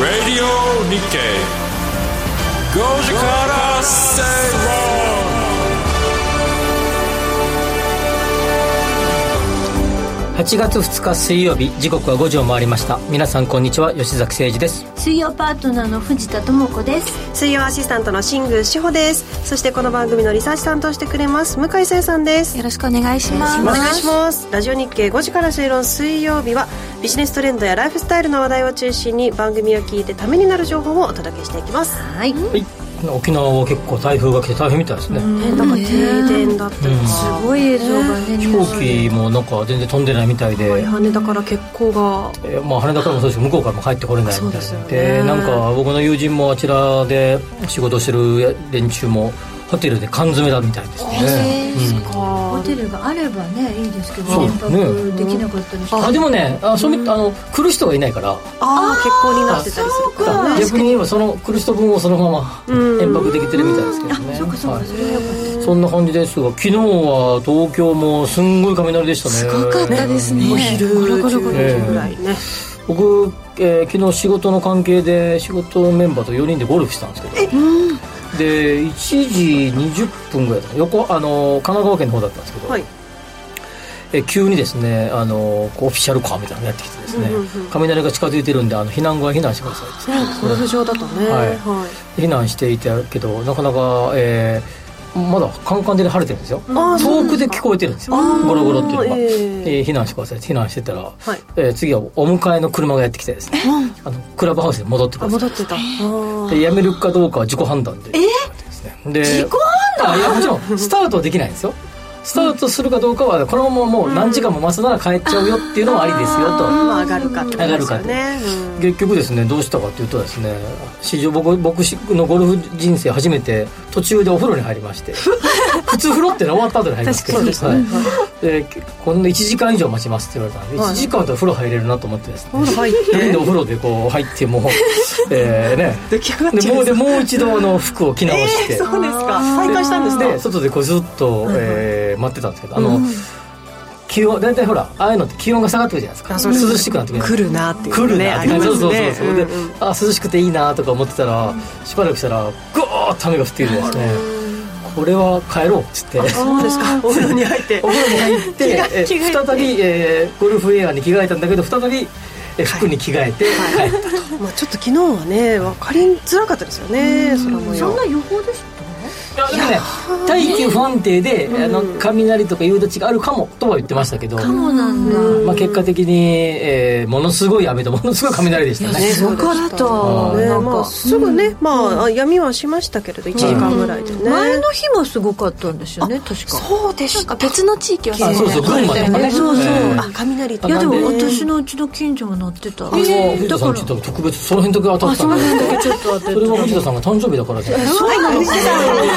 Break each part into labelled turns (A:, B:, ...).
A: Radio Nikkei 5時から正
B: 論8月2日水曜日時刻は5時を回りました皆さんこんにちは吉崎誠二です
C: 水曜パートナーの藤田智子です
D: 水曜アシスタントの新宮志保ですそしてこの番組のリサーチ担当してくれます向井聖さんです
C: よろしくお願いします
D: お願いしますラジオ日経5時から正論水曜日はビジネストレンドやライフスタイルの話題を中心に番組を聞いてためになる情報をお届けしていきます
C: はい、
B: はい沖縄は結構台風が来て大変みたいですね
D: ねなんか停電だったりとか、
C: すごい映像がね
B: 飛行機もなんか全然飛んでないみたいで、
D: はい羽田から欠航が
B: えーまあ、羽田からもそうですけど向こうからも帰ってこれないみたい
D: そうですよ
B: で
D: ね
B: なんか僕の友人もあちらで仕事をしてる連中もホテルで缶詰だみたいですね、うん
C: ホ
D: か
C: テルがあればねいいですけど
B: そう
C: 連泊できなかったりして、
B: あでもねあそれあの来る人がいないから
D: ああ欠航になってたりするからね
B: 逆に言えばその来る人分をそのまま
D: うん
B: 延泊できてるみたいですけどね
C: そうかそう
B: は
C: か
B: い
C: それはよかった
B: そんな感じですが昨日は東京もすんごい雷でしたねすごかったですね
D: お昼
C: ゴロゴロゴロ
D: 10時ぐらいね
B: 僕、えー昨日仕事の関係で仕事メンバーと4人でゴルフしたんですけどで1時20分ぐらいだった横あの神奈川県の方だったんですけど、
D: はい
B: え急にですねあのこうオフィシャルカーみたいなのやってきてですね、
D: うんうんうん
B: 雷が近づいてるんであの避難後は避難してくださいって
D: ゴルフ場だとね
B: は
D: はいい、
B: 避難していたけどなかなか、えーまだカンカンで晴れてるんですよ
D: あーそう
B: 遠くで聞こえてるんですよ
D: あー
B: ゴロゴロっていうのが、
D: えー
B: えー避難してくださいって避難してたら、
D: はい
B: えー次はお迎えの車がやってきてですねあのクラブハウスに戻ってく
D: あ
B: ださい
D: 戻ってたあー
B: でやめるかどうかは自己判断でですねで自己判断いやもちろんスタートはできないんですよスタートするかどうかはこのままもう何時間も待つなら帰っちゃうよっていうのもありですよと
D: まあ上がるかってことですよねうん
B: 結局ですねどうしたかというとですね史上僕僕のゴルフ人生初めて途中でお風呂に入りまして 普通風呂ってのは終わった後に入りますけどはい、でこんな1時間以上待ちますって言われたんで、
D: はい
B: 1時間だったら風呂入れるなと思ってですね
D: お風呂入って
B: 4人でお風呂でこう入ってもうえーね
D: 出来上がっ
B: で
D: ちゃ
B: も
D: う
B: うでもう一度あの服を着直して、
D: えーそうですか再開したんです
B: で
D: ね
B: 外でこうずっと、えー待ってたんですけどあの、気温大体ほらああいうのって気温が下がってくるじゃない
D: あ
B: です
D: そ
B: か
D: うです
B: 涼しくなってくるじゃないですか
D: 来るなっていうね
B: 来るね
D: ありますね
B: そうそうそう、
D: うん
B: で
D: うん
B: あ涼しくていいなとか思ってたらしばらくしたらゴーッと雨が降っているんですねこれは帰ろうっつ って
D: そうですかお風呂に入って
B: お風呂に入ってえ
D: 着替えて
B: 再び、えーゴルフウェアに着替えたんだけど再びえ服に着替えて帰ったと、
D: まあちょっと昨日はね分かりづらかったですよね空模
C: そん
D: 様
C: な予報でし
B: いやでもね大気不安定で、あの雷とか夕立があるかもとは言ってましたけど
C: たかもなんだ
B: まあ、結果的に、えーものすごい雨とものすごい雷でしたね
C: すごかった
B: そう
D: ね
C: なん
D: まあ、
C: か
D: すぐね、まああ、闇はしましたけれど1時間ぐらいでね、
C: 前の日もすごかったんですよね確か
D: そうでした
E: なんか別の地域は
B: あそうそう群馬とかね
C: そうそう
B: えー
D: あ雷
B: あ
C: いやでも
B: なん
C: 私のうちの近所が鳴ってた
B: あそう藤田さんちょっと特別その辺だけ当たったんだけど
C: ちょっと当て
B: それは藤田さんが誕生日だからじゃない
D: そうなの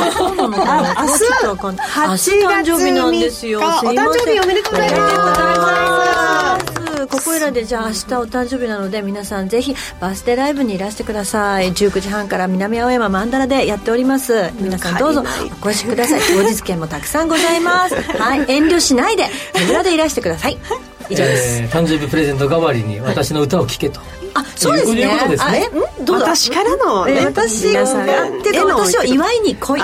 C: そうなのかな明日はかんない明日誕生日なんですよ
D: お誕
C: すいません
D: 生日おめでとうございます
C: ここいらでじゃあ明日お誕生日なので皆さんぜひバースデーライブにいらしてください19時半から南青山マンダラでやっております皆さんどうぞお越しくだ さい当日券もたくさんございますはい遠慮しないで手ぶらでいらしてください以上です、
B: えー誕生日プレゼント代わりに私の歌を聴けと、
C: あそうです
B: と
C: ね
B: いうことですね
C: あえんどうだ
D: 私からの
C: え
D: ね
C: 私
D: 皆
C: が
D: さん
C: やって
D: へ
C: た
D: の
C: 私を祝いに来い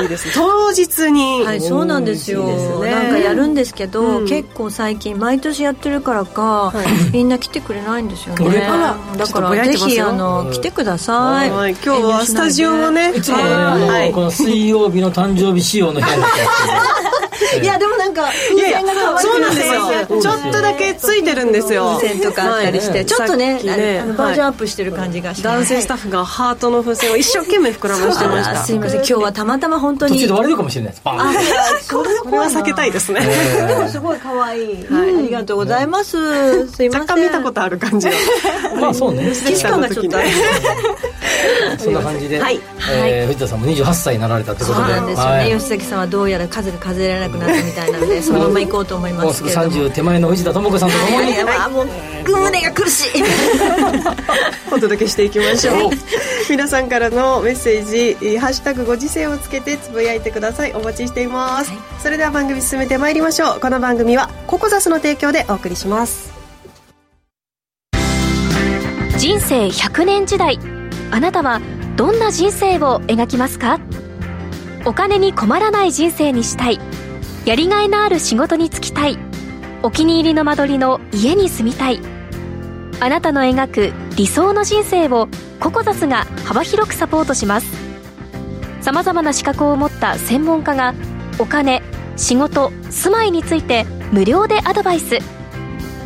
D: いいですね当日に、
C: はい、そうなんですよ
D: いいですね
C: なんかやるんですけど、
D: うん
C: 結構最近毎年やってるからか、みんな来てくれないんですよね
B: あ
D: ら
C: だ
D: ちょっと
C: か
D: ぼや
C: ら
D: いて
C: ぜ
D: ますよ
C: ひあの、
B: うん
C: 来てください、
D: はい今日はスタジオもね
B: いつもね、あの
D: はい
B: この水曜日の誕生日仕様の部屋に来て
C: いやでもなんか
D: い
C: 風
D: や
C: 船が
D: い
C: 変
D: や
C: わって
D: そう
C: くる
D: なんです
B: そうです
D: よちょ
B: よ
D: っとだけついてるんですよ
C: 風船とかあったりして、
D: はい
C: ちょっとね
D: さきね
C: あのバージョンアップしてる感じがして、
D: 男性スタッフがハートの風船を一生懸命膨らましてまし
C: あ
D: た
C: すいません今日はたまたま本当
B: 途
C: に
B: 中で 割れるかもしれないですバン
C: それ
D: これは避けたいですね、
C: でもすごい可愛い、はい、ありがとうございますすいません
D: 若干見たことある感じの
B: まあそうね
C: 既視感がちょっとある
B: そんな感じで、
D: はい
B: えー藤田さんも28歳になられたというこ
C: そう
B: とで
C: なんですよね、
B: はい
C: 吉崎さんはどうやら数が数えられなくなったみたいなの でそのまま行こうと思い
B: もう
C: ます
B: す
C: け
B: ぐ
C: れども
B: 30手前の藤田智子さんと共に
C: いやまあもう胸が苦 しい
D: お届けしていきましょう皆さんからのメッセージえー「ハッシュタグご時世」をつけてつぶやいてくださいお待ちしています、
C: はい
D: それでは番組進めてまいりましょうこの番組はココザスの提供でお送りします
E: 人生100年時代あなたはどんな人生を描きますかお金に困らない人生にしたいやりがいのある仕事に就きたいお気に入りの間取りの家に住みたいあなたの描く理想の人生をココザスが幅広くサポートしますさまざまな資格を持った専門家がお金仕事住まいについて無料でアドバイス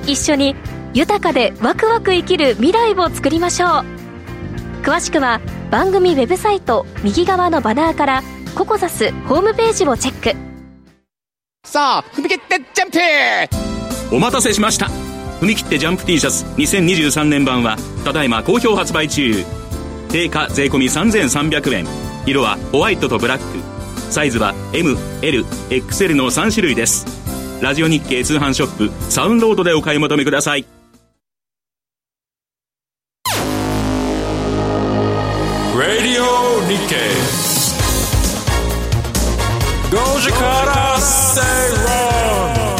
E: 一緒に豊かでワクワク生きる未来を作りましょう詳しくは番組ウェブサイト右側のバナーからココザスホームページをチェック
F: さあ踏み切ってジャンプ
G: お待たせしました踏み切ってジャンプ T シャツ2023年版はただいま好評発売中定価税込3300円色はホワイトとブラックサイズは MLXL の3種類ですラジオ日経通販ショップサウンロードでお買い求めください
A: Radio Nikkei. Goji Kara Seiron.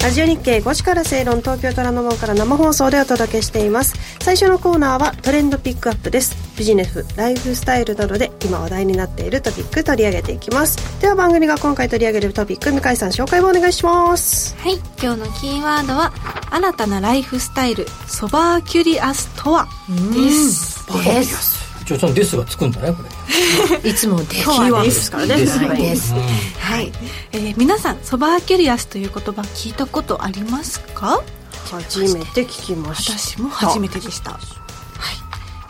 D: ラジオ日経5時から正論東京虎ノ門から生放送でお届けしています最初のコーナーはトレンドピックアップですビジネスライフスタイルなどで今話題になっているトピック取り上げていきますでは番組が今回取り上げるトピック向井さん紹介をお願いします
H: はい今日のキーワードは新たなライフスタイルソバーキュリアスとはです
C: です
B: ちょちょデスがつくんだねこれ
C: いつもです
H: とはです
D: からね
B: です
C: はいです
H: はい、えー皆さんソバーキュリアスという言葉聞いたことありますか
D: 初めて聞きました
H: 私も初めてでしたは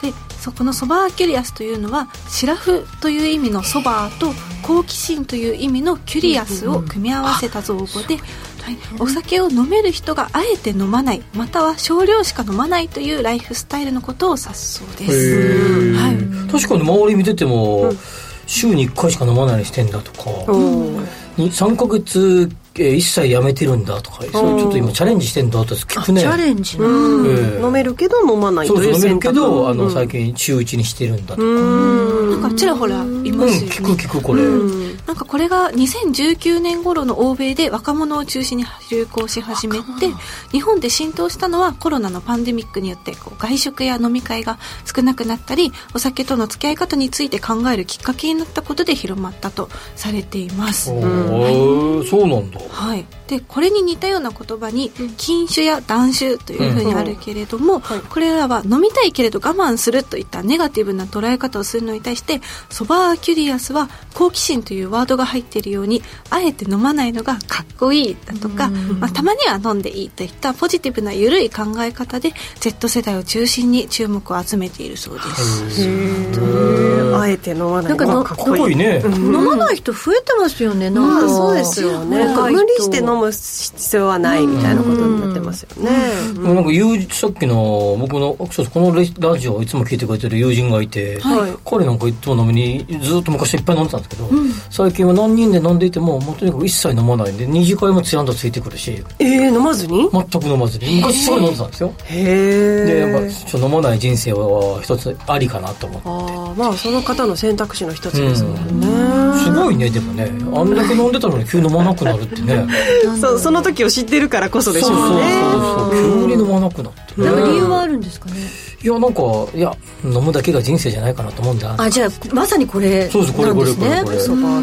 H: いでそこのソバーキュリアスというのはシラフという意味のソバーと好奇心という意味のキュリアスを組み合わせた造語で、はい、お酒を飲める人があえて飲まないまたは少量しか飲まないというライフスタイルのことを指すそうです、はい、
B: 確かに周り見てても、週に1回しか飲まないようにしてんだとか、に3ヶ月、えー、一切やめてるんだとか、それちょっと今チャレンジしてんだって聞くね
C: チャレンジ
D: う
C: の
D: ん
B: ええ
D: 飲めるけど飲まない
B: そ
D: と
B: うそう
D: い
B: う飲める
D: 選
B: け
D: 択
B: ど、あの
D: うん
B: 最近週1にしてるんだとか、
D: うん
H: なんかちらほらい
B: うん、
H: ますよね、
B: 聞く聞くこれ、
H: なんかこれが2019年頃の欧米で若者を中心に流行し始めて日本で浸透したのはコロナのパンデミックによってこう外食や飲み会が少なくなったりお酒との付き合い方について考えるきっかけになったことで広まったとされています。
B: おーそうなんだ
H: はい、でこれに似たような言葉に禁酒や断酒というふうにあるけれども、これらは飲みたいけれど我慢するといったネガティブな捉え方をするのに対してソバーキュリアスは好奇心というワードが入っているようにあえて飲まないのがかっこいいだとか、まあ、たまには飲んでいいといったポジティブな緩い考え方で Z 世代を中心に注目を集めているそうです。
D: あえて飲まない
C: なんかの
D: のがかっ
B: 濃
D: こい
B: い
D: い
B: ね、
C: 飲まない人増えてますよねなん
D: まあ
C: か
D: そうですよね
C: な
D: なんん
C: か
D: か無理して飲む必要はないみたいなことになってますよね
B: でもなんか友人さっきの僕のそうそうこのレラジオをいつも聞いてくれてる友人がいて、
D: はい
B: 彼なんかいつも飲みにずっと昔いっぱい飲んでたんですけど、最近は何人で飲んでいてももうとにかく一切飲まないんで二次会もつやんだついてくるし
D: えー飲まずに
B: 全く飲まずに昔すごい飲んでたんですよ
D: へ
B: でやっぱ
D: え
B: ちょっと飲まない人生は一つありかなと思って
D: ああまあその方の選択肢の一つですもんね、
B: すごいねでもねあんだけ飲んでたのに急に飲まなくなるってね
D: そその時を知ってるからこそでしょうね
B: そう急に飲まなくなってね
C: なんか理由はあるんですかね
B: いやなんかいや飲むだけが人生じゃないかなと思うんだ
C: あじゃあまさにこれ
B: そうですこれ
C: なんですね
B: これこれこれ
C: そば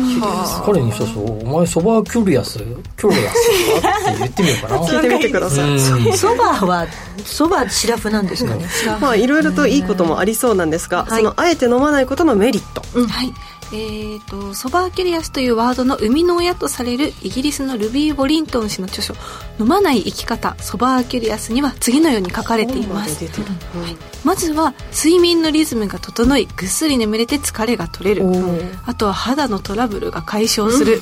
B: 彼にそうそう「お前そばキュリアスキュリアスか?」って言ってみようかな
D: 聞いてみてください
B: うん
C: そばはそばシラフなんですかね
D: まあいろいろといいこともありそうなんですが、
C: はい
D: そのあえて飲まないことのメリット
H: はい。えー、とソバーキュリアスというワードの生みの親とされるイギリスのルビー・ボリントン氏の著書「飲まない生き方ソバーキュリアス」には次のように書かれています
D: 出てる
H: まずは睡眠のリズムが整いぐっすり眠れて疲れが取れるあとは肌のトラブルが解消する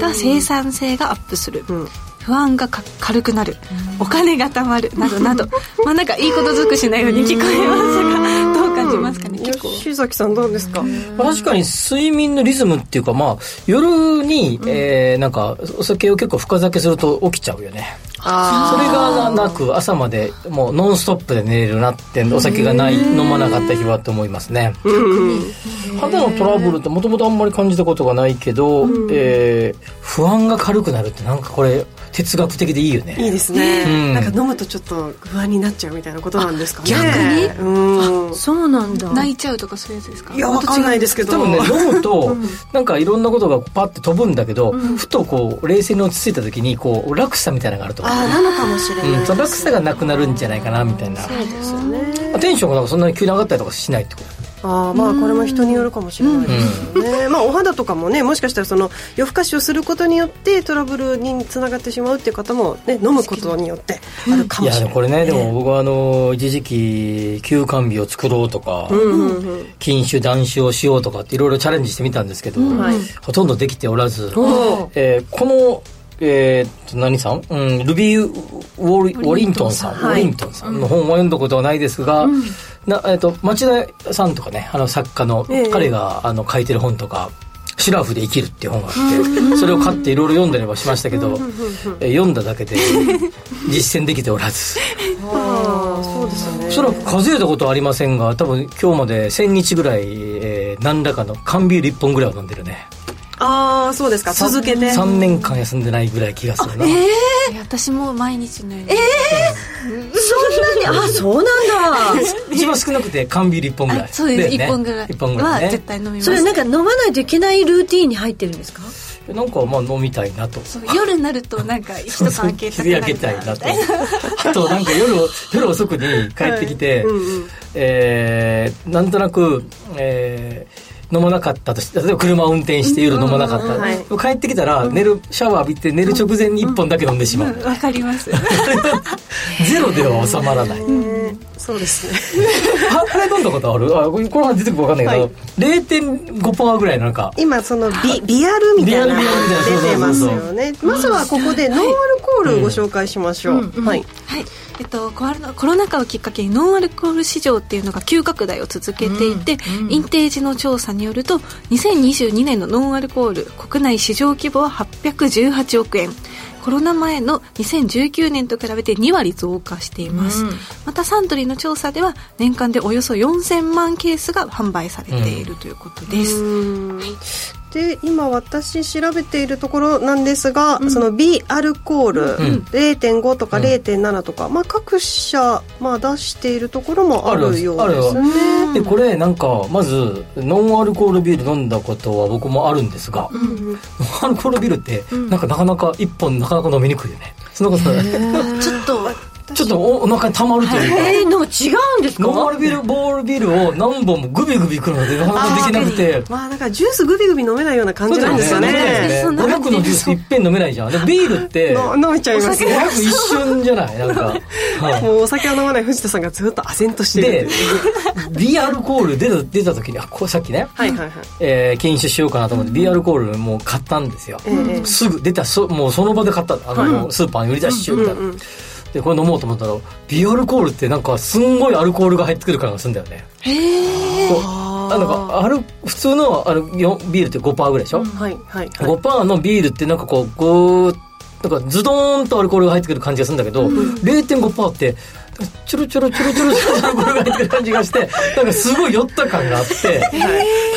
H: また生産性がアップする、
D: ん
H: 不安がか軽くなるお 金が貯まるなどなどまあなんかいいこと尽くしなように聞こえますがどう感じますかね結構
D: 吉崎さんどうですか
B: 確かに睡眠のリズムっていうか、まあ、夜に、えーなんか、お酒を結構深酒すると起きちゃうよね。それがなく、朝までもうノンストップで寝れるなって、お酒がない、飲まなかった日はと思いますね。肌のトラブルってもともとあんまり感じたことがないけど、えー不安が軽くなるってなんかこれ、哲学的でいいよね。
D: いいですね、
B: うん
D: なんか飲むとちょっと不安になっちゃうみたいなことなんですかね
H: あ逆
D: うん
C: そうなんだ
H: 泣いちゃうとかそういうやつですか
D: いやわかんないですけど
B: 多分ね飲むとなんかいろんなことがパッて飛ぶんだけど、ふとこう冷静に落ち着いた時にこう落差みたいなのがあると思う
D: ああなのかもしれない、
B: うん、その落差がなくなるんじゃないかなみたいな、
D: ですよね
B: テンションがなんかそんなに急に上がったりとかしないってこと
D: ああまあこれも人によるかもしれないですよね、まあお肌とかもねもしかしたらその夜更かしをすることによってトラブルにつながってしまうっていう方も、ね、飲むことによってあるか
B: い
D: も
B: や
D: し
B: でも
D: れない
B: これねでも僕はあの一時期休館日を作ろうとか、
D: うんうんうん
B: 禁酒断酒をしようとかっていろいろチャレンジしてみたんですけど、
D: はい
B: ほとんどできておらず、
D: おー
B: えーこの、えーっと何さん、うん、ルビー・ウォリウォリントンさん、ウォリントンさんの本は読んだことはないですが、なえーっと町田さんとかねあの作家の、
D: ええ
B: 彼があの書いてる本とか「シュラフで生きる」っていう本があってそれを買っていろいろ読んだりはしましたけど、えー読んだだけ で実践できておらず
D: ああそうですよね
B: おそらく数えたことはありませんが多分今日まで1000日ぐらい、えー何らかの缶ビール1本ぐらいは飲んでるね
D: ああそうですか続けて
B: 3年間休んでないぐらい気がする な、
H: いや私も毎日のように
C: そんなにあそうなん だ
B: 一番少なくて缶ビール1本ぐら
H: あ
B: い
H: そうです、
B: だ
H: 一
B: よ
H: 本ぐらい
B: 一本ぐらい
H: は
B: ね
H: 絶対飲みます
C: それなんか飲まないといけないルーティーンに入ってるんですか
B: なんかまあ飲みたいなと
H: そう夜になるとなんか一缶開けたく
B: 昼
H: な
B: 焼け
H: る
B: たいなと あとなんか夜夜遅くに帰ってきて、えーなんとなく、えー飲まなかったとして例えば車を運転して夜飲まなかった、
D: うんはい
B: 帰ってきたら寝るシャワー浴びて寝る直前に1本だけ飲んでしまう、
H: わかります
B: ゼロでは収まらない、
D: えーそうですね
B: あこれ飲んだことあるあこれこの話出てくるか分かんないけど、0.5%ぐらいのなんか
D: 今そのビビアルみたいなの
B: ビアルみたいなそうそうそうそう
D: 出てますよねまずはここでノンアルコールをご紹介しましょう、はい
H: はいえっと、コアルコロナ禍をきっかけにノンアルコール市場っていうのが急拡大を続けていて、インテージの調査によると2022年のノンアルコール国内市場規模は818億円コロナ前の2019年と比べて2割増加しています、またサントリーの調査では年間でおよそ4000万ケースが販売されているということです、
D: で今私調べているところなんですが、その B アルコール、0.5とか0.7とか、まあ、各社、まあ、出しているところもあるようですね
B: でこれなんかまずノンアルコールビール飲んだことは僕もあるんですが、ノンアルコールビールってなんかなかなか一本なかなか飲みにくいよねそんなことない
C: ちょっと
B: ちょっとおお腹にたまるというか、
C: えー、なんか違うんですか
B: ノンアルビールボールビールを何本もグビグビくるのでなかなかできなくて
D: まあだからジュースグビグビ飲めないような感じなんですよね
B: そうだよね500のジュースいっぺん飲めないじゃんでビール って
D: の飲めちゃいますね
B: 500一瞬じゃないなんか、はい
D: もうお酒を飲まない藤田さんがずっと唖然として
B: で
D: る
B: B アルコール出た出た時にあこうさっきね、
D: はいはいはい、
B: えー禁酒しようかなと思って B アルコールもう買ったんですよ、
D: ええ
B: すぐ出たそもうその場で買ったあの、もうスーパーに売り出し中みたいな、でこれ飲もうと思ったらビアルコールってなんかすんごいアルコールが入ってくる感がするんだよねこうあなんかある普通のあのよビールって5%ぐらいでしょ、
D: はいはいはい
B: 5%のビールってなんかこうぐーっなんかズドーンとアルコールが入ってくる感じがするんだけど、0.5%ってちょろちょろちょろちょろちょろアルコールが入ってくる感じがしてなんかすごい酔った感があって、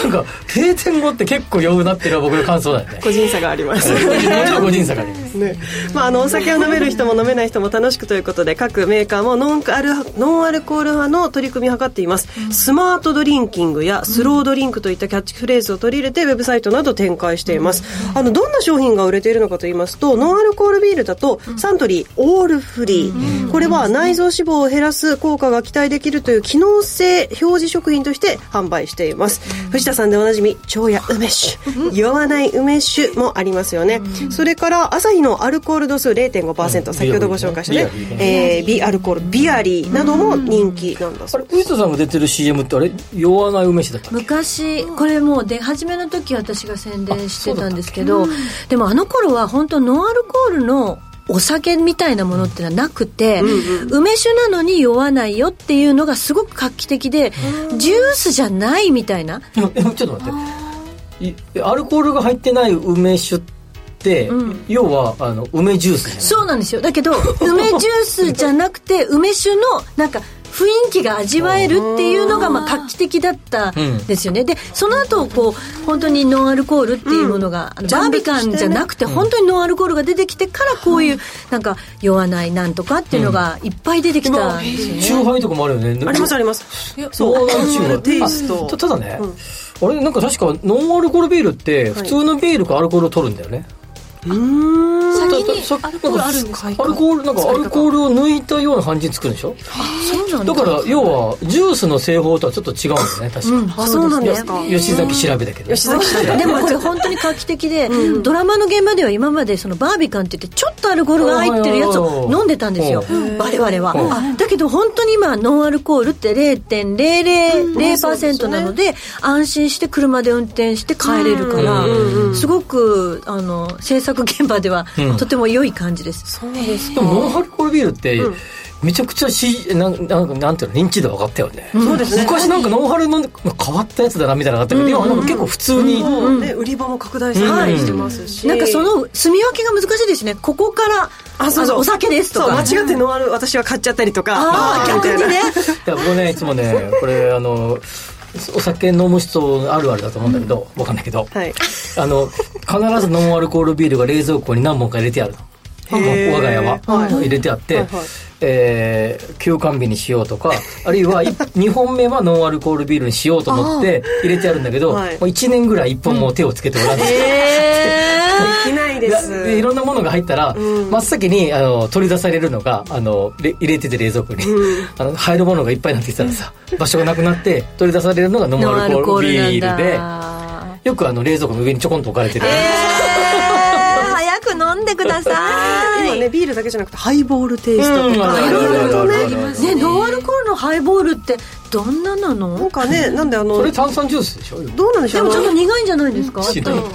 B: なんか0.5って結構酔うなっていうのは僕の感想だよね
D: 個人差があります
B: もちろん個人差があります
D: ねまあ、あのお酒を飲める人も飲めない人も楽しくということで各メーカーもノンアルノンアルコール派の取り組みを図っています、スマートドリンキングやスロードリンクといったキャッチフレーズを取り入れてウェブサイトなど展開しています、あのどんな商品が売れているのかといいますとノンアルコールビールだとサントリーオールフリー、これは内臓脂肪を減らす効果が期待できるという機能性表示食品として販売しています、藤田さんでおなじみ蝶や梅酒酔わない梅酒もありますよね、それから朝日のアルコール度数0.5%、
B: うん
D: 先ほどご紹介した
B: ビア
D: ね
B: リーね
D: えービアルコールビアリーなども人気なんだ
B: あ
D: そう
B: れ藤田さんが出てる CM ってあれ酔わない梅酒だったっけ
C: 昔これもう出始めの時私が宣伝してたんですけどでもあの頃は本当ノンアルコールのお酒みたいなものっていうのはなくて、梅酒なのに酔わないよっていうのがすごく画期的で、ジュースじゃないみたいな、
B: でもえちょっと待っていアルコールが入ってない梅酒って、要はあの梅ジュースじゃない
C: そうなんですよだけど 梅ジュースじゃなくて梅酒のなんか雰囲気が味わえるっていうのがまあ画期的だったんですよね、でその後こう本当にノンアルコールっていうものが、あのバービカンじゃなくて本当にノンアルコールが出てきてからこういうなんか酔わないなんとかっていうのがいっぱい出てきたんですよね、
B: チューハイとかもあるよね
D: ありますあります
B: そうなんですよ。
D: テイスト
B: あたただね、あれなんか確かノンアルコールビールって普通のビールかアルコールを取るんだよね。
H: 先
B: たた
H: に
B: さ
H: アルコールあるんですか
B: アルコールなんかアルコールを抜いたような感じに作るでしょ。
C: そうな
B: だ
C: んだ
B: から要はジュースの製法とはちょっと違うんだよね確か。
D: あそうなんですか
B: 吉崎調べだけど。
D: 吉崎さん
C: でもこれ本当に画期的で、ドラマの現場では今までそのバービカンって言ってちょっとアルコールが入ってるやつを飲んでたんですよ
B: うん
C: 我々は、
B: うん
C: あだけど本当に今ノンアルコールって0.000%なので安心して車で運転して帰れるから、すごくあの制作現場では
B: うん
C: とても良い感じです、
D: そうです
B: でもノンアルコールビールって、めちゃくちゃしなんなんかなんていうの認知度上がったよね。
D: そうですね
B: 昔なんかノンアルの変わったやつだなみたいなのがあったけど、今はなんか結構普通に。
D: もうね売り場も拡大してたりしてますし
C: なんかその住み分けが難しいですねここから
D: あそうそう
C: のお酒ですと
D: そう
C: か
D: 間違ってノンアル私は買っちゃったりとか
C: ああ逆にね
B: いや僕ねいつもねこれあのお酒飲む人あるあるだと思うんだけど、わかんないけど、
D: はい
B: あの必ずノンアルコールビールが冷蔵庫に何本か入れてあるの
D: へー
B: 我が家は、
D: はい
B: 入れてあって、
D: はいはい
B: えー休館日にしようとかあるいは2本目はノンアルコールビールにしようと思って入れてあるんだけど、
D: はい
B: もう1年ぐらい1本もう手をつけておらず、
D: できない
B: い
D: で
B: や
D: す
B: でいろんなものが入ったら、真っ先にあの取り出されるのがあのれ入れてて冷蔵庫に、あの入るものがいっぱいになってきたらさ、場所がなくなって取り出されるのがノンアルコールビールで
C: だ
B: よくあの冷蔵庫の上にちょこんと置かれてる、
C: 早く飲んでくださ
D: 今
C: い。
D: ねビールだけじゃなくてハイボールテイストと
B: うんあ
D: か
B: る
D: いろいろと
B: あるあるあるある
D: ね
C: ね、ノンアルコールのハイボールってどんなな
D: なん
C: の？
D: かねなんであ
B: そ
D: の
B: れ炭酸ジュースでしょ
D: どうなんでし
C: で
D: ょう
C: もちょっ
D: あ
C: と
D: の
C: 苦いんじゃないですか？
B: 知らない
D: 妊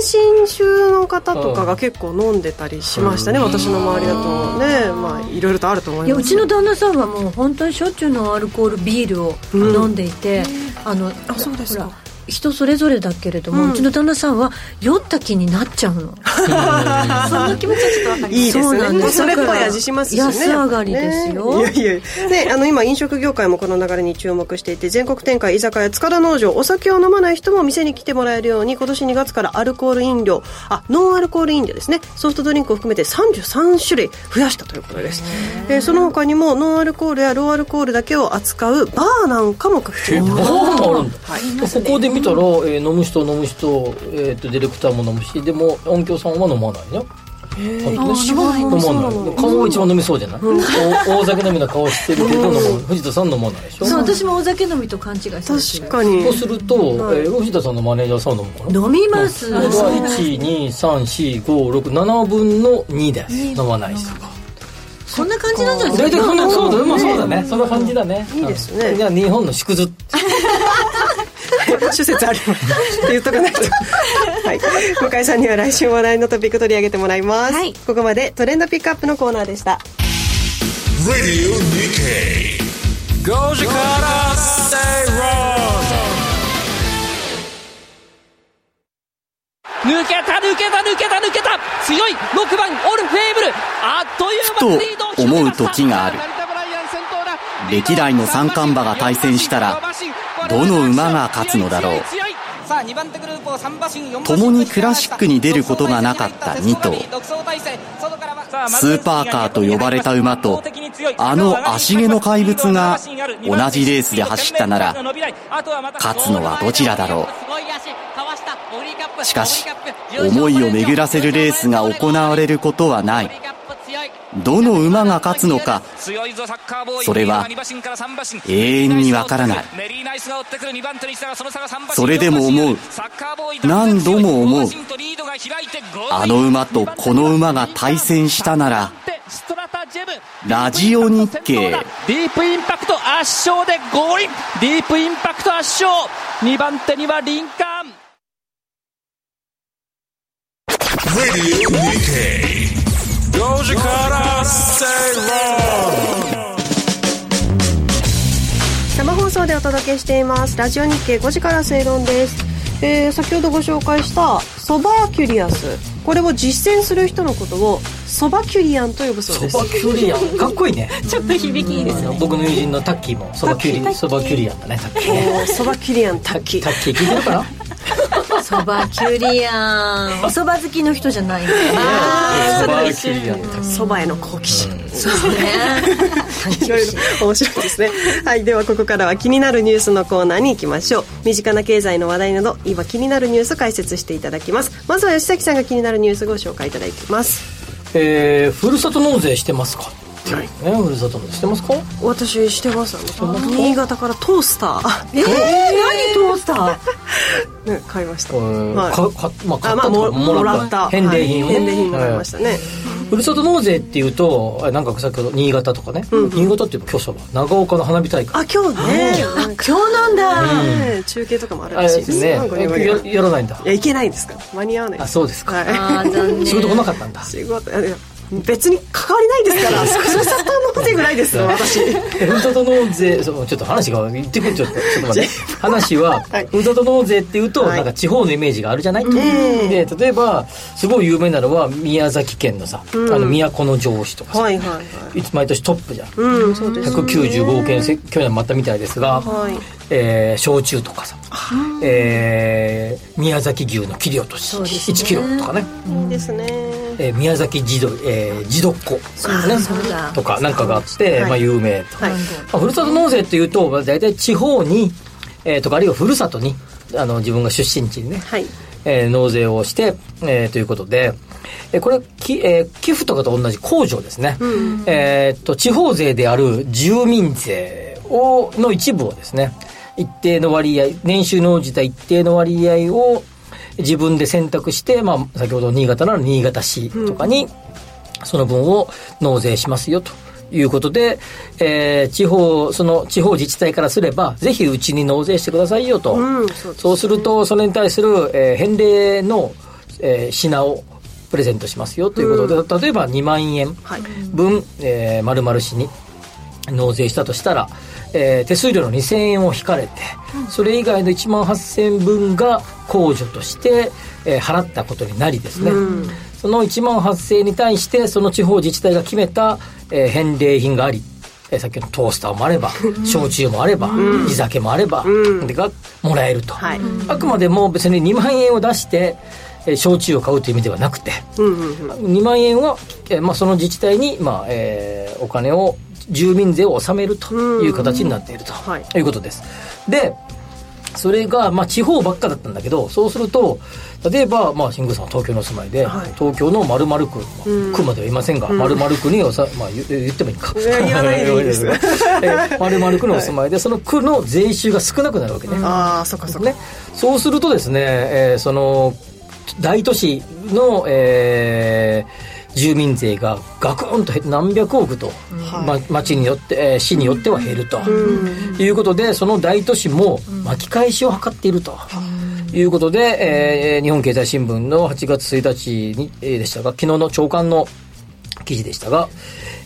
D: 娠中の方とかが結構飲んでたりしましたね私の周りだとねまあいろいろとあると思
C: い
D: い
C: や
D: ま
C: う
D: す
C: ちの旦那さんはもう本当にしょっちゅうのアルコールビールを飲んでいて、あの
D: あそうですか
C: ほら人それぞれだけれども、うちの旦那さんは酔った気になっちゃうの。
H: そんな気持ちはちょっとわかり
D: いいで
C: そ
D: す
C: うなんで
D: ね
C: す
D: それっぽい味しますしね
C: 安上がりですよ
D: ねいやいやであの今飲食業界もこの流れに注目していて全国展開居酒屋塚田農場お酒を飲まない人も店に来てもらえるように今年2月からアルコール飲料あノンアルコール飲料ですねソフトドリンクを含めて33種類増やしたということです、えーその他にもノンアルコールやローアルコールだけを扱うバーなんかも工
B: えバー
D: 夫
B: もあるんだ、ここで見たら、えー飲む人飲む人、えーとディレクターも飲むしでも音響さんは飲まないねあ
H: あ
B: 飲
H: 飲まない
B: まない顔が一番飲みそうじゃない、お大酒飲みの顔してるけど飲む藤田さん飲まないでしょ
C: そう私もお酒飲みと勘違いしてるんですよ
D: 確かに
B: そうすると、えー藤田さんのマネージャーさんは飲むかな
C: 飲みます。
B: これは1234567分の2です飲まない人が
C: そんな感じなんじゃない
B: 大
C: です
B: 体
C: か
B: こんなそうだねまあそうだねそんな感じだね
D: いいですね
B: うんじゃあ日本の縮図
D: 諸説ありますって言っとかないと、はい、向井さんには来週話題のトピック取り上げてもらいます、
H: はい
D: ここまでトレンドピックアップのコーナーでした
A: Radio Nikkei. Go Jakarta, stay wrong.
I: 抜けた抜けた抜けた抜けた強い6番オルフェーブルあっという間にリードを広げました
F: ふと思う時がある歴代の三冠馬が対戦したらどの馬が勝つのだろう
J: 共にクラシックに出ることがなかった2頭
F: ス
J: ス
F: ー
J: ー
F: パー
J: パー
F: カ
J: カ
F: ー
J: ー
F: と
J: と
F: 呼
J: 呼
F: ば
J: ば
F: れ
J: れ
F: た
J: た
F: 馬
J: 馬
F: と
J: と
F: あ
J: あ
F: の
J: の
F: 足
J: 足
F: 毛
J: 毛
F: の
J: の
F: 怪
J: 怪
F: 物
J: 物
F: が
J: が
F: 同
J: 同
F: じ
J: じ
F: レ
J: レ
F: ー
J: ー
F: ス
J: ス
F: で
J: で
F: 走
J: 走
F: っ
J: ったた
F: な
J: な
F: ら
J: ら
F: 勝
J: 勝
F: つ
J: つ
F: の
J: の
F: は
J: は
F: ど
J: ど
F: ち
J: ち
F: ら
J: ら
F: だ
J: だ
F: ろ
J: ろ
F: う
J: う
F: し
J: し
F: か
J: か
F: し
J: し
F: 思
J: 思
F: い
J: い
F: を
J: を
F: 巡
J: 巡
F: ら
J: ら
F: せ
J: せ
F: る
J: る
F: レ
J: レ
F: ー
J: ー
F: ス
J: ス
F: が
J: が
F: 行
J: 行
F: わ
J: わ
F: れ
J: れ
F: る
J: る
F: こ
J: ことと
F: は
J: は
F: な
J: ないい
F: どの
J: どの
F: 馬
J: 馬
F: が
J: が
F: 勝
J: 勝
F: つ
J: つ
F: の
J: の
F: か
J: か
F: そ
J: そ
F: れ
J: れ
F: は
J: は
F: 永
J: 永
F: 遠
J: 遠
F: に
J: に
F: わ
J: わ
F: か
J: からら
F: な
J: ないい
F: そ
J: そ
F: れ
J: れ
F: で
J: で
F: も
J: も
F: 思う
J: 思う
F: 何
J: 何
F: 度
J: 度
F: も
J: も
F: 思
J: 思
F: う
J: う
F: あ
J: あ
F: の
J: の
F: 馬
J: 馬
F: と
J: と
F: こ
J: こ
F: の
J: の
F: 馬
J: 馬
F: が
J: が
F: 対
J: 対
F: 戦
J: 戦
F: し
J: したた
F: な
J: な
F: ら
J: ら
F: ラ
J: ラ
F: ジ
J: ジ
F: オ
J: オ
F: 日
J: 日
F: 経
J: 経
I: ディープインパクト圧勝でゴールインディープインパクト圧勝2番手にはリンカーン
A: Radio Nikkei. 5時から正論
D: 生放送でお届けしていますラジオ日経5時から正論です、えー先ほどご紹介したソバーキュリアスこれを実践する人のことをソバキュリアンと呼ぶそうです
B: そばキュリアンかっこいいね
H: ちょっと響きいいです
B: あの僕の友人のタッキーもそばキュ
D: タッ
B: リ
D: キー
B: そばキュリアンだねタッキーね
D: おーソバキュリアン
B: タッキ
D: 滝
B: ータッキー聞いてるかな
C: そばキュリア ンおそば好きの人じゃないんだよね
B: そばキュリアン
D: そばへの好奇心
C: そうね
D: いろいろ面白いですね。はい、ではここからは気になるニュースのコーナーに行きましょう。身近な経済の話題など、今気になるニュースを解説していただきます。まずは吉崎さんが気になるニュースをご紹介いただきます。
B: えー、ふるさと納税してますかはい、ね、ふるさと納税してますか
D: 私してます新潟からトースター。えー、何トースター？ね、買いました。
B: うん
D: はい
B: かかまあ、買
D: あ、
B: っ
D: ま
B: た
D: あも
B: とかも
D: も
B: ら
D: ら
B: っ
D: ったた。
B: 返礼品を
D: はい
B: ね
D: 返礼品もらいましたね。
B: ふるさと納税っていうとあなんか先ほど新潟とかね、新潟っていうとそうだ長岡の花火大会
D: あ、今日ね。今日なんだ。中継とかもある
B: あ
D: ら
B: れ
D: し
B: で
D: いですす。
B: ね
D: なんかね
B: ややらないんだ
D: いや、いけないんですから。間に合わない
B: あ
D: です。
B: そうですか、
D: はい。
C: あー残念
B: 仕事来なかったんだ
D: 仕事いやいや別に関わりないです からふるさと納税ぐらいですよ私
B: ふるさと納税そうちょっと話が言ってくるちょっとちょっと 待って話は、
D: はい
B: ふるさと納税っていうと、
D: はい
B: なんか地方のイメージがあるじゃない、で例えばすごい有名なのは宮崎県のさ、あの都の城市とかさ、
D: はいはいはい
B: いつ毎年トップじゃん、
D: うんそうです
B: 195億円せ去年もあったみたいですが、
D: はい
B: えー焼酎とかさ、えー宮崎牛の切り落とし、
C: そうですね
B: 1キロとかね、
D: いいですね
B: えー宮崎地どえー地どっこね
C: そうだ
B: とかなんかがあって、
D: はい
B: まあ、有名とか、
D: はい
B: まあ、ふるさと納税っていうと、まあ、大体地方に、えーとかあるいはふるさとにあの自分が出身地にね、
D: はい
B: えー納税をして、えーということで、えーこれはき、えー寄付とかと同じ控除ですね、えーと地方税である住民税をの一部をですね一定の割合年収に応じた一定の割合を自分で選択して、まあ、先ほど新潟なら新潟市とかに、その分を納税しますよということで、えー地方、その地方自治体からすれば、ぜひうちに納税してくださいよと。
D: うんそうです
B: そうすると、それに対する、えー返礼の、えー品をプレゼントしますよということで、例えば2万円
D: はい
B: 分、えー、丸々市に納税したとしたら、えー手数料の2000円を引かれて、それ以外の1万8000円分が控除として、えー払ったことになりですね、その1万8000円に対してその地方自治体が決めた、えー返礼品があり、えーさっきのトースターもあれば焼酎もあれば、地酒もあれば、でがもらえると、
D: はい
B: あくまでも別に2万円を出して、えー焼酎を買うという意味ではなくて、
D: うんうんうん
B: 2万円は、えーまあ、その自治体に、まあえーお金を住民税を納めるという形になっていると、
D: はい
B: い、うことですでそれが、まあ、地方ばっかだったんだけどそうすると例えば、まあ、新宮さんは東京のお住まいで、
D: はい
B: 東京の丸々区、まあ、区までは言いませんが、丸々区におさ、まあ、言う言ってもいいか
D: いや言わないでいいで す
B: えー丸々区のお住まいで、その区の税収が少なくなるわけね、
D: ああそっかそっか
B: ね、そうするとですね、えーその大都市の、えー住民税がガクンと減って何百億と、ま、町によって、えー市によっては減ると、いうことでその大都市も巻き返しを図っていると。いうことで、えー日本経済新聞の8月1日に、えーでしたが、昨日の朝刊の記事でしたが、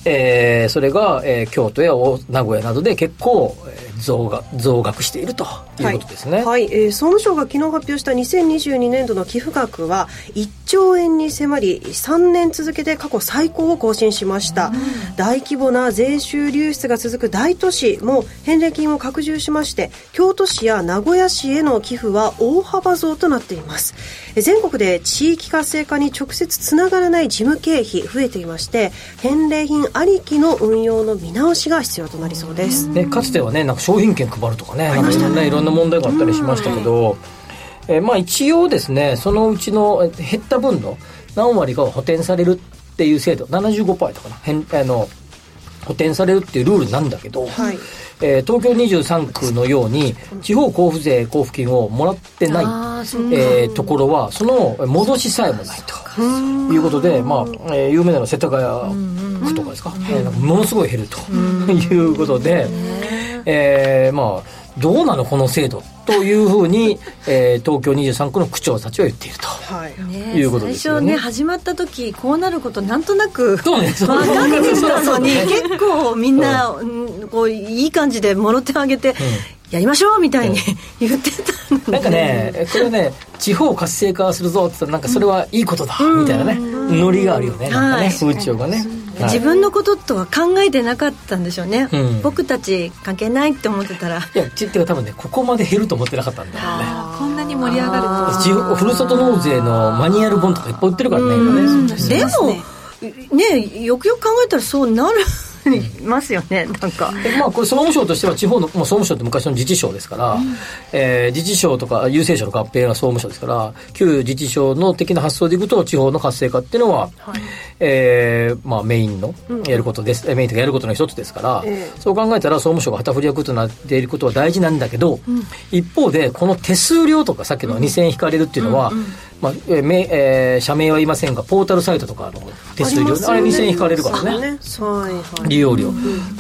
B: えーそれが、えー京都や大名古屋などで結構、えー増額増額しているということですね。
D: はい、はいえー総務省が昨日発表した2022年度の寄付額は1兆円に迫り3年続けて過去最高を更新しました、大規模な税収流出が続く大都市も返礼金を拡充しまして京都市や名古屋市への寄付は大幅増となっていますえー全国で地域活性化に直接つながらない事務経費増えていまして返礼品ありきの運用の見直しが必要となりそうです、
B: ね、かつてはねなんか商品券配るとかねなんかそんないろんな問題があったりしましたけど、えーまあ一応ですねそのうちのえー減った分の何割かを補填されるっていう制度75%とかな返あの補填されるっていうルールなんだけど、
D: はい
B: えー東京23区のように地方交付税交付金をもらってない、
C: あーそっか
B: えーところはその戻しさえもないということで、まあえー有名なのは世田谷区とかですか,、えーなんかものすごい減るということで、えーまあどうなのこの制度というふうに、えー東京23区の区長たちは言っていると。
D: はい
C: ね
B: いうことです
C: 最
B: よ
C: 初
B: ね
C: ね始まった時こうなることなんとなく分
B: そうねそう
C: かってたのに
B: そうね
C: 結構みんな、うんこういい感じでもろ手を挙げて、やりましょうみたいに言ってたのに
B: なんかね、これね、地方を活性化するぞって言ったら、なんかそれはいいことだ、みたいなね、ノリがあるよね、なんか
C: は
B: ね、
C: い
B: 風潮がね。はい
C: 自分のこととは考えてなかったんでしょうね、
B: うん
C: 僕たち関係ないって思ってたら
B: いや、ちっていうか多分ね、ここまで減ると思ってなかったんだろうね。
H: こんなに盛り上がるとは
B: 地方ふるさと納税のマニュアル本とかいっぱい売ってるからね、今ね。
C: でもねよくよく考えたらそうなる ますよねなんか
B: でまあ、これ総務省としては地方の、もう総務省って昔の自治省ですから、えー自治省とか郵政省の合併が総務省ですから旧自治省の的な発想でいくと地方の活性化っていうのは、えーまあ、メインのやることです、えメインというかやることの一つですから、そう考えたら総務省が旗振り役となっていることは大事なんだけど、一方でこの手数料とかさっきの2000円引かれるっていうのは、まあえーめえー社名は言いませんがポータルサイトとかの手数料あ,、れ2000円引かれるからね。
D: はいはい
B: 利用料、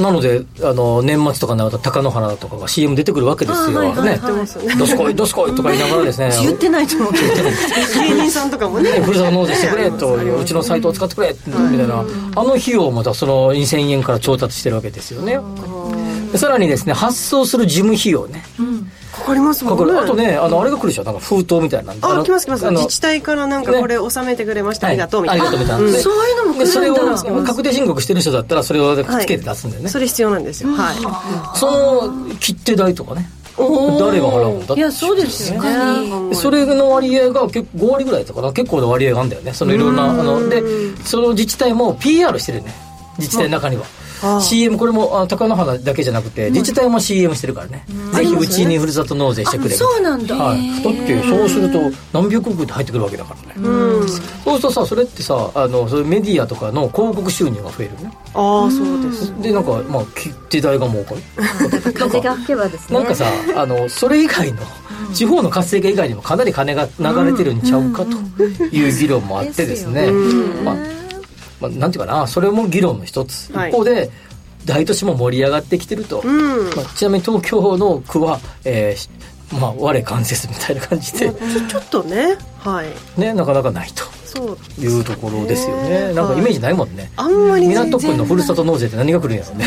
B: なのであの年末とかになると貴乃花とかが CM 出てくるわけですよ、
C: あはいはいはい
B: ねどすこいどすこいとか言いながらですね
C: 言ってないと思うけど
D: 芸人さんとかもね
B: ねふるさと納税してくれとうちのサイトを使ってくれみたいな、あの費用をまたその2000円から調達してるわけですよねでさらにですね発送する事務費用ね
D: かかりますも
B: か
D: ん
B: か
D: ね
B: るあとねあのあれが来るでしょなんか封筒みたいな
D: あ
B: の
D: 来ます来ます
B: あの
D: 自治体からなんかこれ納めてくれました、ありがとうみたいな
B: はいありがとう
D: う
B: みたい
D: ん
B: な、
D: そう
B: いうのもそれ
D: 来る
B: を
D: んだ
B: 確定申告してる人だったらそれをつけて出すんだよね、
D: それ必要なんですよ、はい
B: その切手代とかね誰が払うんだって
C: いやそうですよね
B: それの割合が結構5割ぐらいだったかな結構な割合があるんだよねそのいろんなあのでその自治体も PR してるね自治体の中には。CM これもあの貴乃花だけじゃなくて自治体も CM してるからね、ぜひうちにふるさと納税してくれる
C: そうなんだ
B: はい、だってそうすると何百億って入ってくるわけだからね、そうするとさそれってさあのそれメディアとかの広告収入が増えるね
D: ああそうです
B: でなんかまあ切手代が儲かる
C: 風が吹けばですね
B: なんかさ、あの、それ以外の、地方の活性化以外にもかなり金が流れてるんちゃうかという議論もあってですね、まあ、まあ、なんていうかな、それも議論の一つ。
D: はい
B: 一方で、大都市も盛り上がってきてると。
D: うん
B: まあ、ちなみに東京の区は、えーしまあ、我関節みたいな感じで、
D: ちょっとねはい
B: ね、なかなかないと
D: そう
B: いうところですよね。なんかイメージないもんね。
D: あんまり全然
B: 港区のふるさと納税って何が来るんやろうね。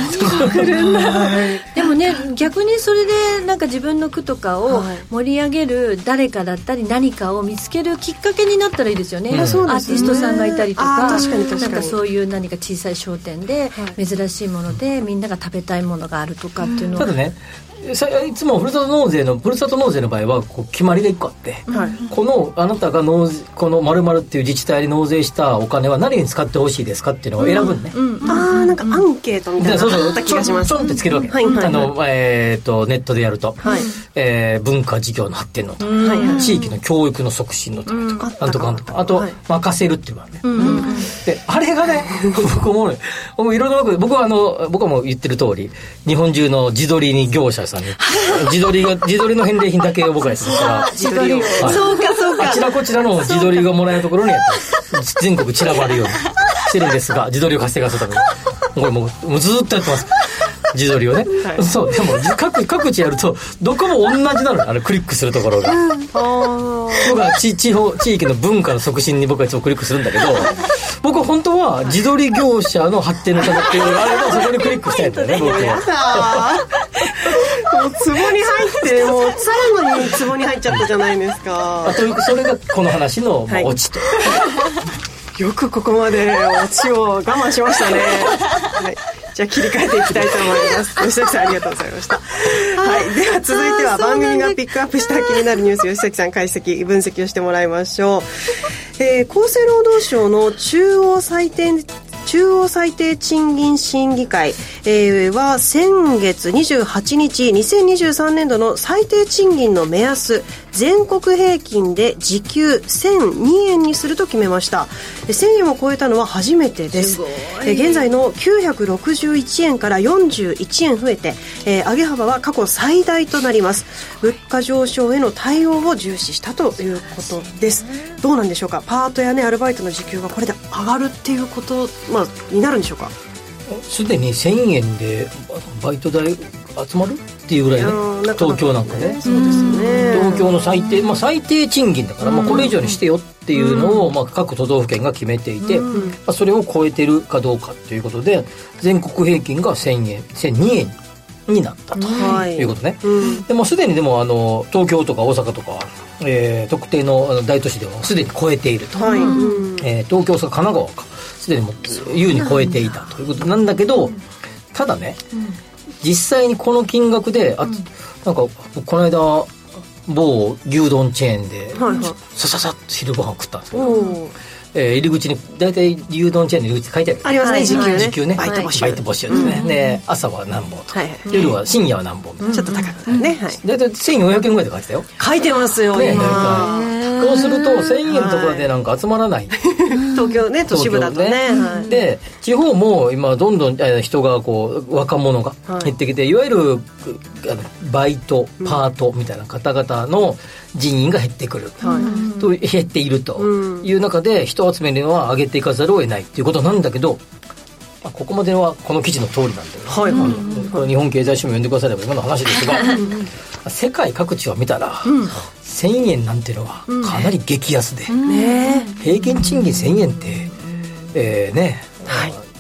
C: でもね逆にそれでなんか自分の句とかを盛り上げる誰かだったり何かを見つけるきっかけになったらいいですよね,、
B: うん
C: ア
B: あそう
D: です
C: ー
D: ね
C: ティストさんがいたりと
D: あ
C: か
D: ー確かに確かに
C: なんかそういう何か小さい商店で珍しいものでみんなが食べたいものがあるとかっていうの
B: た
C: は、
B: だねさいつもふるさと納税のふるさと納税の場合はこう決まりが1個あって、このあなたが納税この〇〇っていう自治体に納税したお金は何に使ってほしいですかっていうのを選ぶのね、
D: ああなんかアンケートみたい
B: で
D: な
B: そう
D: の
B: そ
D: あ
B: う
D: った気がします
B: ちょんちょんってつけるわけ、
D: はいはいはい
B: あのえっ、とネットでやると、えー文化事業の発展のため、地域の教育の促進のためとか、なんとかなんとかあと、
D: はい
B: 任せるっていうのはね、であれがね 僕思うのよ僕もいろんな僕僕はあの僕はもう言ってる通り日本中の地鶏に業者さんに地鶏が地鶏の返礼品だけを僕はやってたから
D: 自撮りを
B: はい
C: そうかそう
B: あ
C: か
B: ちらこちらの自撮りがもらえるところにやってます全国散らばるようにしてるんですが自撮りを活性化するためにこれもうもうずーっとやってます自撮りをね、そうでも各各地やるとどこも同じなのよあのクリックするところが、僕は地地方地域の文化の促進に僕はいつもクリックするん だけど僕は本当は自撮り業者の発展のためっていうのがあればそこにクリックしたいんだよね僕は。
D: さあもう壺に入って もうさらのに壺に入っちゃったじゃないです
B: あ
D: か
B: とそれがこの話の、まあ、
D: はい
B: オチと
D: よくここまでオチを我慢しましたね、はい、じゃあ切り替えていきたいと思います吉崎さんありがとうございました、はい、では続いては番組がピックアップした気になるニュース吉崎さん解析分析をしてもらいましょう、えー厚生労働省の中央最低中央最低賃金審議会、えーは先月28日2023年度の最低賃金の目安全国平均で時給1002円にすると決めましたで1000円を超えたのは初めてですえー現在の961円から41円増えて、えー上げ幅は過去最大となります物価上昇への対応を重視したということですどうなんでしょうかパートやねアルバイトの時給がこれで上がるっていうこと、まあ、になるんでしょうか
B: すでに1000円でバイト代集まるっていうぐらいね
D: うんなかなか
B: 東京なんかね
D: そうですね
B: 東京の最低、まあ、最低賃金だから、まあ、これ以上にしてよっていうのを、まあ、各都道府県が決めていて、まあ、それを超えてるかどうかということで全国平均が1000円1002円になったと
D: はい
B: いうことね、
D: うん
B: でもうすでにでもあの東京とか大阪とか、えー特定のあの大都市ではすでに超えていると、
D: はいうん
B: えー東京、神奈川か、すでにもう優に超えていたということなんだけど、ただね、実際にこの金額で、あなんか、この間、某牛丼チェーンで、
D: はいはい
B: さささっと昼ご飯食ったんですけど、
D: おー
B: えー入り口に、大体牛丼チェーンの入り口に書いてある。
D: あります
C: は
D: ね
C: い
D: 時給ね
B: 時給ね、
D: バイト募集
B: バイト募集ですね。で、朝は何本とか、
D: はいはい
B: 夜は深夜は何本みたいな。
D: ちょっと高くなるねはい
B: 大体1400円ぐらいで書いてたよ。
D: 書いてますよ
B: ね
D: 今
B: なんかそうすると1000円とかでなんか集まらない。
D: 東京ね都市部だとね
B: 東京ね
D: はい
B: で地方も今どんどんえー人がこう若者が
D: はい
B: 減ってきて、い、わゆるくあのバイトパートみたいな方々の人員が減ってくる、
D: はい
B: と減っていると
D: うん
B: いう中で人集めるのは上げていかざるを得ないっていうことなんだけど、まあ、ここまではこの記事の通りなんだよね、
D: はいはい
B: これ日本経済新聞読んでくだされば今の話ですが世界各地を見たら、1000円なんていうのはかなり激安で、
D: ね
B: 平均賃金1000円って、えーね、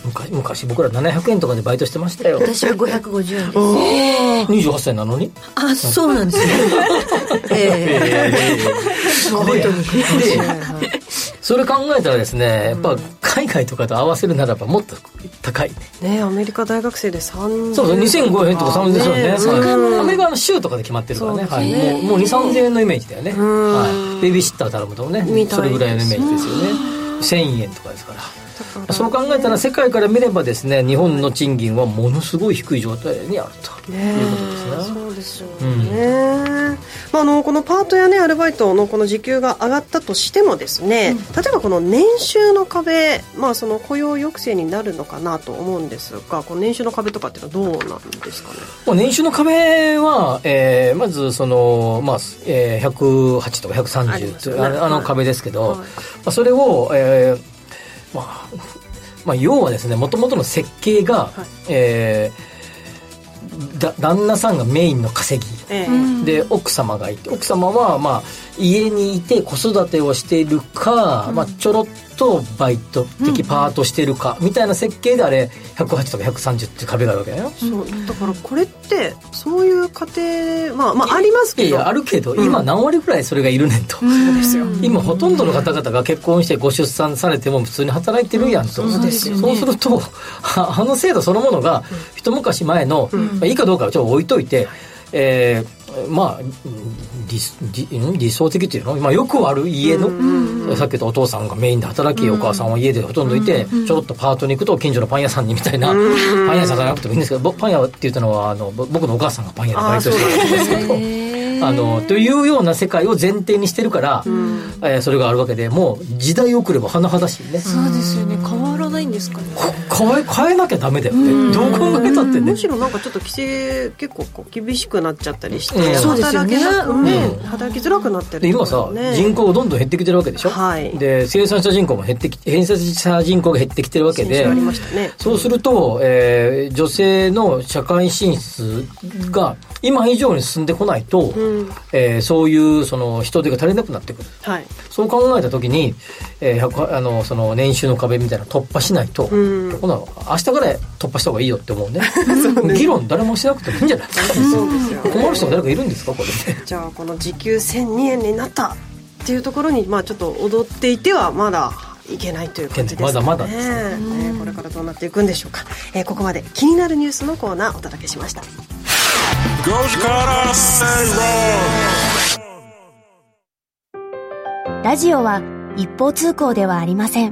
B: 昔昔僕ら700円とかでバイトしてましたよ
C: 私は550円です
B: 28歳なのに
C: あそうなんですねええ
B: ででそれ考えたらですねやっぱ海外とかと合わせるならばもっと高いね、
D: ねアメリカ大学生で3
B: そうそう2500円とか3000円ですよね
D: うん
B: アメリカの州とかで決まってるからね
D: そう
B: はい、もうもう2 3 0 0円のイメージだよね、
D: ん
B: はい、ベビーシッター頼むとね
D: みた
B: そ
D: いで
B: れぐ
D: す
B: らいのイメージですよね1000円とかですからそう考えたら世界から見ればですね日本の賃金はものすごい低い状態にあるということですね
D: そうですよね、まあ、あのこのパートや、ね、アルバイトのこの時給が上がったとしてもですね、例えばこの年収の壁、まあ、その雇用抑制になるのかなと思うんですがこの年収の壁とかっていうのはどうなんですかね
B: もう年収の壁は、えーまずその、まあえー、108とか
D: ありま
B: 130
D: す
B: とい
D: よ
B: う
D: ね
B: あ,、あの壁ですけど、
D: はい
B: まあ、それを、えーまあまあ、要はですねもともとの設計が、えーだ旦那さんがメインの稼ぎ、
D: ええ
B: で奥様がいて奥様はまあ家にいて子育てをしているか、まあ、ちょろっとバイト的パートしてるか、みたいな設計であれ108とか130っていう壁があるわけだよ。
D: そうだからこれってそういう家庭、まあ、まああります
B: いや
D: け
B: い
D: ど
B: やあるけど、今何割ぐらいそれがいるねんと、
D: ですよ
B: 今ほとんどの方々が結婚してご出産されても普通に働いてるやんと、そう
H: ですよね
B: すると ああの制度そのものが一昔前の、まあいいかどうかはちょっと置いといて、えーまあ理理ん理想的っていうの、まあ、よくある家の、さっき言ったお父さんがメインで働き、お母さんは家でほとんどいて、ちょろっとパートに行くと近所のパン屋さんにみたいな、パン屋さんじゃなくてもいいんですけどぼパン屋って言ったのはあのぼ僕のお母さんがパン屋でバイトしてるんですけど。あのというような世界を前提にしてるから、えーそれがあるわけでもう時代遅れば甚だしいね、
H: そうですよね変わらないんですかね
B: こ変え変えなきゃダメだよね、どう考えたってね
D: むしろなんかちょっと規制結構こう厳しくなっちゃったりして、
B: うんそう
C: ですよね
D: 働けなくね
B: うん
D: 働きづらくなって
B: で
D: る
B: 今さ、人口どんどん減ってきてるわけでしょ、
D: はい
B: で生産者人口も減ってき生産者人口が減ってきてるわけで
D: でありましたね
B: そうすると、えー女性の社会進出が今以上に進んでこないと、
D: うん
B: えーそういうその人手が足りなくなってくる
D: はい
B: そう考えた時に、えー100あのその年収の壁みたいなの突破しないと、
D: うん
B: ほな明日から突破した方がいいよって思う ね議論誰もしなくてもいいん じゃない
D: そうですよ
B: 困る人が誰かいるんですかこれで
D: じゃあこの時給1002円になったっていうところにまあちょっと踊っていてはまだいけないという感じですかね
B: いけないまだまだです
D: ねえこれからどうなっていくんでしょうか、えーここまで気になるニュースのコーナーお届けしました
A: Gosh gotta say wrong.
K: ラジオは一方通行ではありません。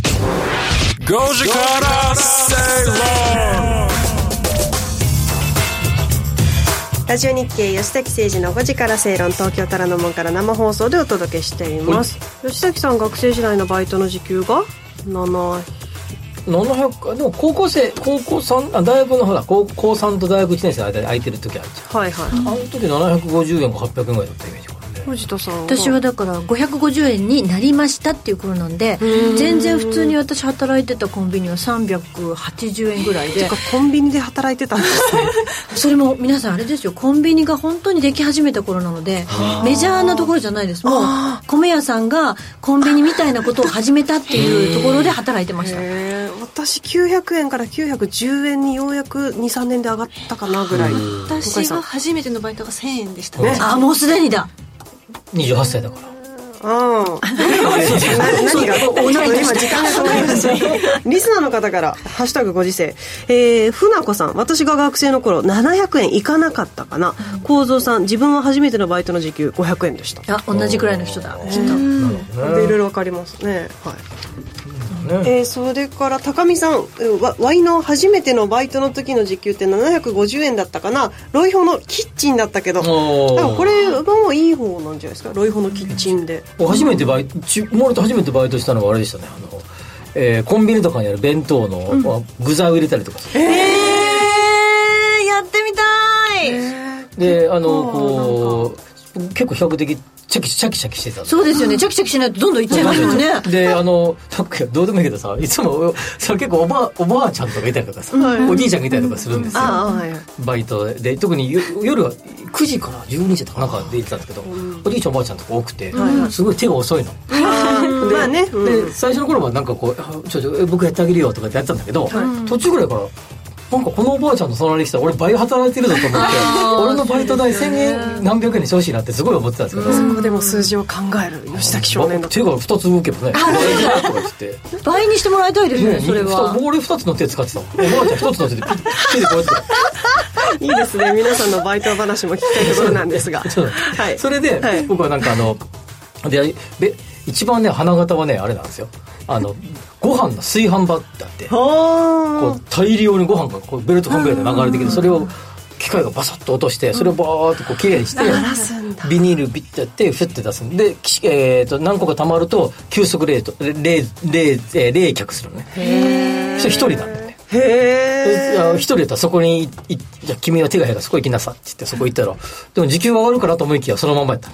A: 5時から正論
D: ラジオ日経吉崎誠二の5時から正論東京虎ノ門から生放送でお届けしています吉崎さん学生時代のバイトの時給が7
B: 700でも高校生高校三あ大学のほら高高3と大学1年生の間に空いてる時あるじ
D: はいはい、
B: ゃんあの時750円か800円ぐらいだったイメージ
D: 藤田さん
C: 私はだから550円になりましたっていう頃なんで
D: うん
C: 全然普通に私働いてたコンビニは380円ぐらいで
D: てかコンビニで働いてたんで すね
C: それも皆さんあれですよコンビニが本当にでき始めた頃なのでメジャーなところじゃないですもう米屋さんがコンビニみたいなことを始めたっていうところで働いてました
D: へー私900円から910円にようやく23年で上がったかなぐらい
H: 私
D: さ
H: が
D: ん
H: 初めてのバイトが1000円でした、
B: ね
C: あもうすでにだ
B: 28歳だから
D: うん何何がちょっと今時間がかかりましたリスナーの方から「ハッシュタグご時世」えー、船子さん私が学生の頃700円いかなかったかな幸三さん自分は初めてのバイトの時給500円でした
C: あ同じくらいの人だきっと
D: でいろいろ分かりますねはいえーそれから高見さんえーわワイの初めてのバイトの時の時給って750円だったかなロイホのキッチンだったけど
B: おー
D: だからこれはもういい方なんじゃないですかロイホのキッチンで
B: 僕初めてバイトち生まれて初めてバイトしたのはあれでしたねあの、えーコンビニとかにある弁当の、まあ具材を入れたりとかする
C: えーやってみたい、
B: であのこう結構比較的チャキシャキシャキしてたの
C: そうですよねチャキチャキしないとどんどんいっちゃいますもんね
B: であのなんかどうでもいいけどさいつもさ結構おばあおばあちゃんとかいたりとかさ、おじいちゃんがいたりとかするんですよ、
D: ああはい
B: バイトで特によ夜は9時から12時とかなんかで行ってたんですけど、おじいちゃんおばあちゃんとか多くて、すごい手が遅いの、で
D: まあね、うん
B: で最初の頃はなんかこうあ「ちょちょえ僕やってあげるよ」とかってやってたんだけど、途中ぐらいからなんかこのおばあちゃんの隣に来たら俺倍働いてるぞと思って俺のバイト代1000円何百円にしてほしいなってすごい思ってたんですけど、
D: そこでも数字を考える吉崎少年だ
B: 手が2つ動けばね倍だとか言って
C: 倍にしてもらいたいですね
B: ね
C: それは
B: 二つ俺2つの手使ってたもんおばあちゃん1つの手でピッ手でこうやってた
D: いいですね皆さんのバイト話も聞きたいところなんですが
B: そう
D: はい
B: それで、
D: はい
B: 僕はなんかあのでで一番ね花形はねあれなんですよあのご飯の炊飯場ってあってこ
D: は
B: う大量にご飯がこうベルトコンベヤーで流れてきてそれを機械がバサッと落としてそれをバーッとこうきれいにしてビニールビッてやってフッて出すんで、きえー、と何個か溜まると急速冷凍冷冷冷えー冷却するのねそれ一人なんだよね
D: あへ
B: であ
D: え
B: の一人だったらそこにいいじゃあ君は手が減るからそこ行きなさいって言ってそこ行ったらでも時給は上がるからと思いきやそのまんまやった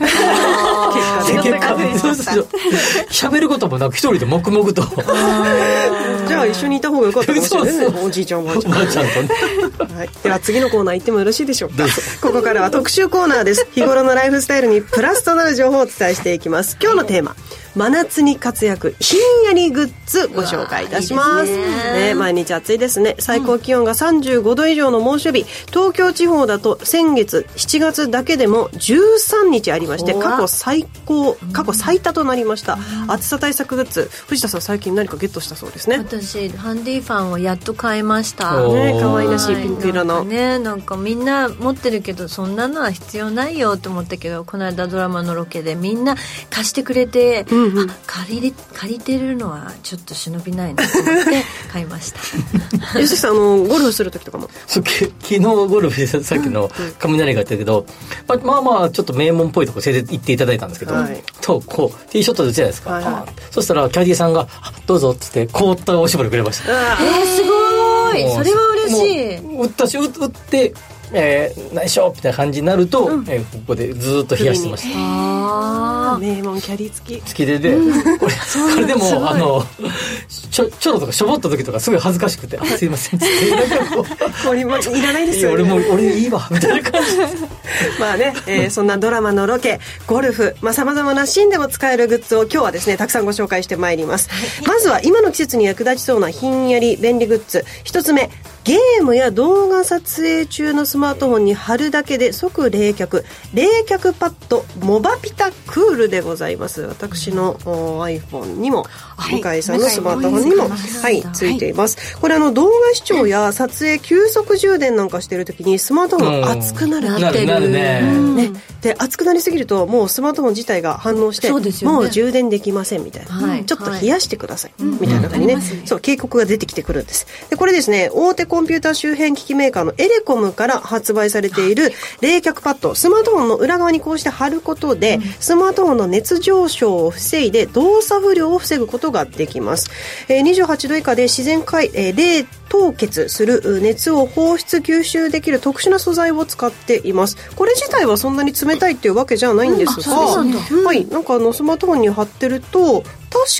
D: 結
B: 結
D: 果が
B: 果そうそうそう喋ることもなく一人で黙々と
D: じゃあ一緒にいた方が良かったかもしれない
B: そう
D: ねおじいちゃんおばあ ち
B: お
D: ゃん
B: ばあちゃんとね
D: はい、では次のコーナー行ってもよろしいでしょうかここからは特集コーナ ーです日頃のライフスタイルにプラスとなる情報をお伝えしていきます今日のテーマ真夏に活躍ひんやりグッズご紹介いたします
C: うわーいいですね
D: ね毎日暑いですね最高気温が35度以上の猛暑日東京地方だと先月7月だけでも13日ありまして
C: うわ
D: 過去最高過去最多となりました暑さ対策グッズ藤田さん最近何かゲットしたそうですね
C: 私ハンディファンをやっと買いました
B: おー
D: ね可愛らしい
C: は
D: ピンク色
C: な
D: の
C: んかねなんかみんな持ってるけどそんなのは必要ないよと思ったけどこの間ドラマのロケでみんな貸してくれて、
D: んうん
C: あ借りれ借りてるのはちょっと忍びないなと思 って買いました
D: 吉木さんあのゴルフする時とかも
B: そうけ 昨日ゴルフでささっきの雷があったけど、まあまあまあちょっと名門っぽいとこ連れて行っていただいたんですけど、
D: はい
B: とこうティーショットで打つじゃないですか、
D: はいはい
B: パーンってそしたらキャディーさんがあ「どうぞ」っつって凍ったおしぼりくれました
C: えー、すごいそれは嬉しい
B: もう打ったし打打って「えー、内緒」みたいな感じになると、えーここでずーっと冷やしてました
C: あ
D: 名門キャリー付き
B: 付き出で、これこれでもあのちょちょろとかしょぼった時とかすごい恥ずかしくて「あすいません」っつってなんかこう
D: これもいらないで
B: い
D: す
B: や
D: よね
B: 俺も俺いいわみたいな感じで
D: まあね、えーそんなドラマのロケゴルフさまざ、まなシーンでも使えるグッズを今日はですねたくさんご紹介してまいりますまずは今の季節に役立ちそうなひんやり便利グッズ一つ目ゲームや動画撮影中のスマートフォンに貼るだけで即冷却冷却パッドモバピタクールでございます私のお iPhone にも
H: い
D: 向井さんのスマートフォンにも、
H: 向井さんの
D: はい、ついていますこれあの動画視聴や撮影急速充電なんかしてる時にスマートフォンが熱くなる
B: うんなるなるね
D: うんねで熱くなりすぎるともうスマートフォン自体が反応して
C: そうですよね
D: もう充電できませんみたいな、
C: はい
D: ちょっと冷やしてください、みたいな感じね,、
C: うんありますね
D: そう警告が出てきてくるんですでこれですね大手コンピューター周辺機器メーカーのエレコムから発売されている冷却パッドスマートフォンの裏側にこうして貼ることで、スマートフォンの熱上昇を防いで動作不良を防ぐことができます、えー28度以下で自然解、えー冷凍結するう熱を放出吸収できる特殊な素材を使っていますこれ自体はそんなに冷たいっていうわけじゃないんですが、
C: うんあそうなんだ
D: はい、なんかあのスマートフォンに貼ってると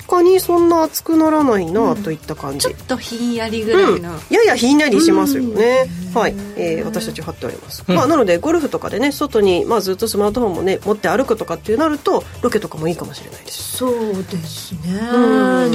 D: 確かにそんな熱くならないなといった感じ、
H: とひんやりぐらいの、
D: ややひんやりしますよね、はい、えー私たち貼っております、
H: うん
D: まあ、なのでゴルフとかでね外に、まあ、ずっとスマートフォンもね持って歩くとかってなるとロケとかもいいかもしれないです
C: そうですね
D: う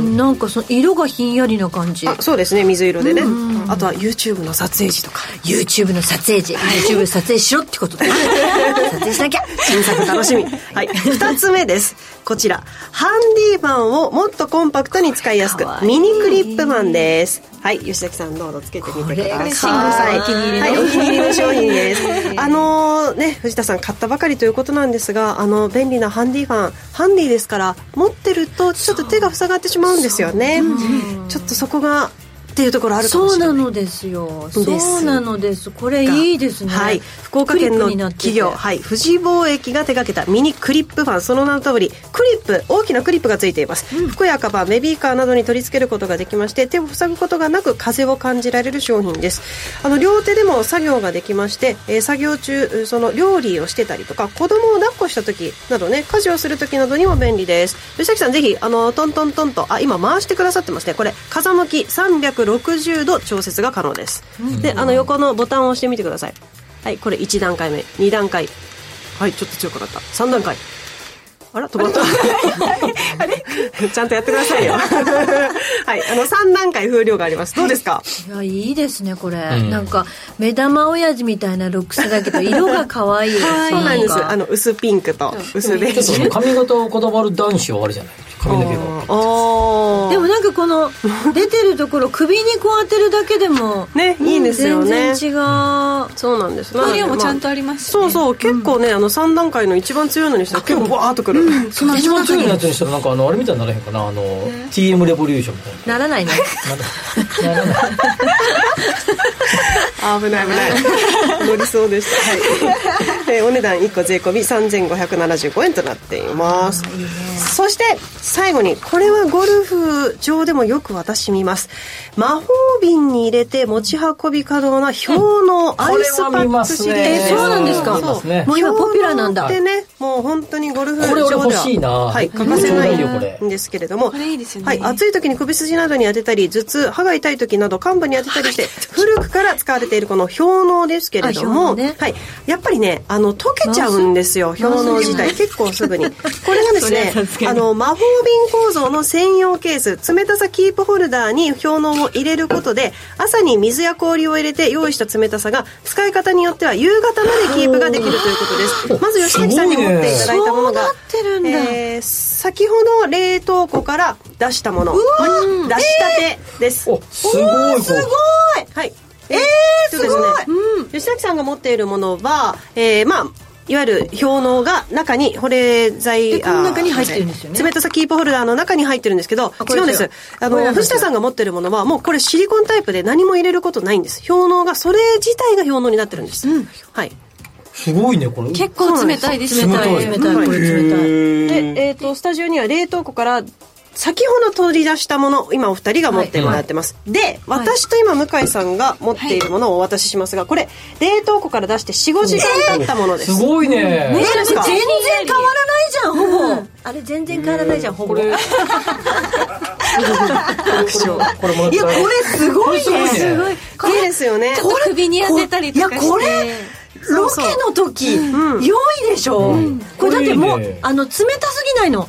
D: ん
C: なんかその色がひんやりな感じ
D: あそうですね水色でねあとは YouTube の撮影時とか
C: YouTube の撮影時 YouTube 撮影しろってことだ 撮影しなきゃ
D: 新作 楽しみ。はい。二つ目です。こちら。ハンディファンをもっとコンパクトに使いやすく。ミニクリップマンです。はい。吉崎さんどうぞつけてみてください。
C: これがシングルさん
D: はい。
C: お
D: お
C: 気
D: 気
C: に入
D: に入
C: り
D: り
C: の
D: の商品です。 あのーね、藤田さん買ったばかりということなんですが、あの、便利なハンディファン、ハンディですから、持ってるとちょっと手が塞がってしまうんですよね。ちょっとそこが、っていうところあるかもしれない。
C: そうなのですよ
D: です
C: そうなのですこれいいですね
D: はい、福岡県の企業、はい、富士貿易が手掛けたミニクリップファンその名の通りクリップ大きなクリップがついています、服やカバーベビーカーなどに取り付けることができまして手を塞ぐことがなく風を感じられる商品ですあの両手でも作業ができまして、えー作業中うその料理をしてたりとか子供を抱っこした時などね家事をする時などにも便利です吉崎さんぜひあのトントントンとあ今回してくださってますねこれ風向き360度調節が可能です、であの横のボタンを押してみてくださいはい、これ1段階目、2段階。はい、ちょっと強くなった。3段階。あら、止まった。 ちゃんとやってくださいよ。はい、あの、3段階風量があります。どうですか
C: いやいいですねこれ、
D: うん
C: なんか目玉親父みたいなロックスだけど色が可 愛い
D: そうなんです。あの、薄ピンクと薄ベージ
B: そ
D: ュ
B: の。髪型をこだわる男子はあるじゃない髪の毛が
C: でもなんかこの出てるところ首にこう当てるだけでも
D: ねいいんですよね
C: 全然違う
D: そうなんです
H: 分量もちゃんとありますしね、
D: そうそう、結構ね、あの、3段階の一番強いのにしたら結構バーっとくる。
B: 一番強いやつにしたらなんかあのあれみたいにならへんかなあの TM レボリューションみたいな
C: ならないね
D: 危ない危 ない乗りそうでした、はいえーお値段1個税込み3575円となっていますそして最後にこれはゴルフ場でもよく私見ます魔法瓶に入れて持ち運び可能な氷のアイスパックシリーズ、
C: えそうなんですか
B: 見ますね
C: もう今ポピュラーなんだ
D: でねもう本当にゴルフ
B: これ俺
D: 場
B: 欲
D: では
B: しいな
D: はい、欠かせないんですけれども
H: いいですよね、
D: はい、暑い時に首筋などに当てたり頭痛歯が痛い時など患部に当てたりして古くから使われているこの氷のうですけれど
C: あ
D: も、
C: 氷のうね
D: はい、やっぱりねあの溶けちゃうんですよ
C: 治す
D: 氷のう自体
C: 治
D: 結構すぐにこれがです
C: そりゃ
D: ね
C: 助かる
D: あの魔法瓶構造の専用ケース冷たさキープホルダーに氷のうを入れることで朝に水や氷を入れて用意した冷たさが使い方によっては夕方までキープができるということですまず吉崎さんに持っていただいたものが
H: てるんだ
D: えー先ほど冷凍庫から出したものはい出したてです、
B: すごいこう
D: すごいはいえー、
H: す
D: そう
H: ごい
D: ですね、吉崎さんが持っているものは、えー、まあいわゆる氷のうが中に保冷剤
C: この中に入ってるんですよね
D: あー冷たさキープホルダーの中に入ってるんですけど
C: こ
D: 違
C: れ
D: うんですあ
C: これな
D: の
C: んだ
D: 藤田さんが持ってるものはもうこれシリコンタイプで何も入れることないんです氷のうがそれ自体が氷のうになってるんです、はい
B: すごいねこれ
H: 結構冷たいですね
B: 冷たい
D: これ冷たい
B: へー
D: で、えっ、と、スタジオには冷凍庫から、先ほど取り出したもの、今お二人が持ってもらってます。で、私と今向井さんが持っているものをお渡ししますが、これ、冷凍庫から出して4、5時間経ったものです。
B: すごいね
D: どうですか
C: 全然変わらないじゃんほぼ、あれ全然変わらないじゃんほぼい や
B: これもらった
C: これすごいね
B: これすごいね
D: いいですよね。
H: 首に当てたりとかして
C: いやこれロケの時4位でしょこれだってもうあの冷たすぎないの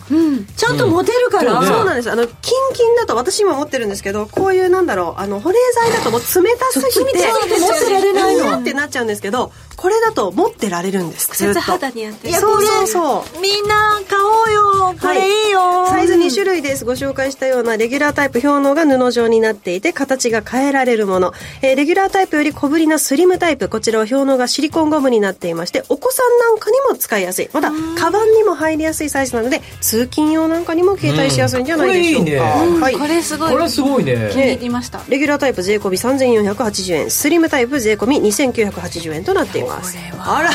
C: ちゃんと持てるから
D: そうなんですあのキンキンだと私今持ってるんですけどこういうなんだろうあの保冷剤だともう冷たすぎて
C: 冷たすぎて持ってられないの
D: うわってなっちゃうんですけどこれだと持ってられるんですずっ
H: 接
D: と
H: 肌にやって
C: いや
D: そうそう
C: こ
D: そ
C: れみんな買おうよこれいいよ
D: サイズ2種類ですご紹介したようなレギュラータイプ氷のうが布状になっていて形が変えられるもの、えーレギュラータイプより小ぶりなスリムタイプこちらは氷のうがシリコンゴムになっていましてお子さんなんかにも使いやすいまたカバンにも入りやすいサイズなので通勤用なんかにも携帯しやすいんじゃないでしょうか、
B: うんこれいいね
D: はい
H: これすごい
B: これすごいね
H: 気に入りました
D: レギュラータイプ税込み3480円スリムタイプ税込み2980円となっていますあら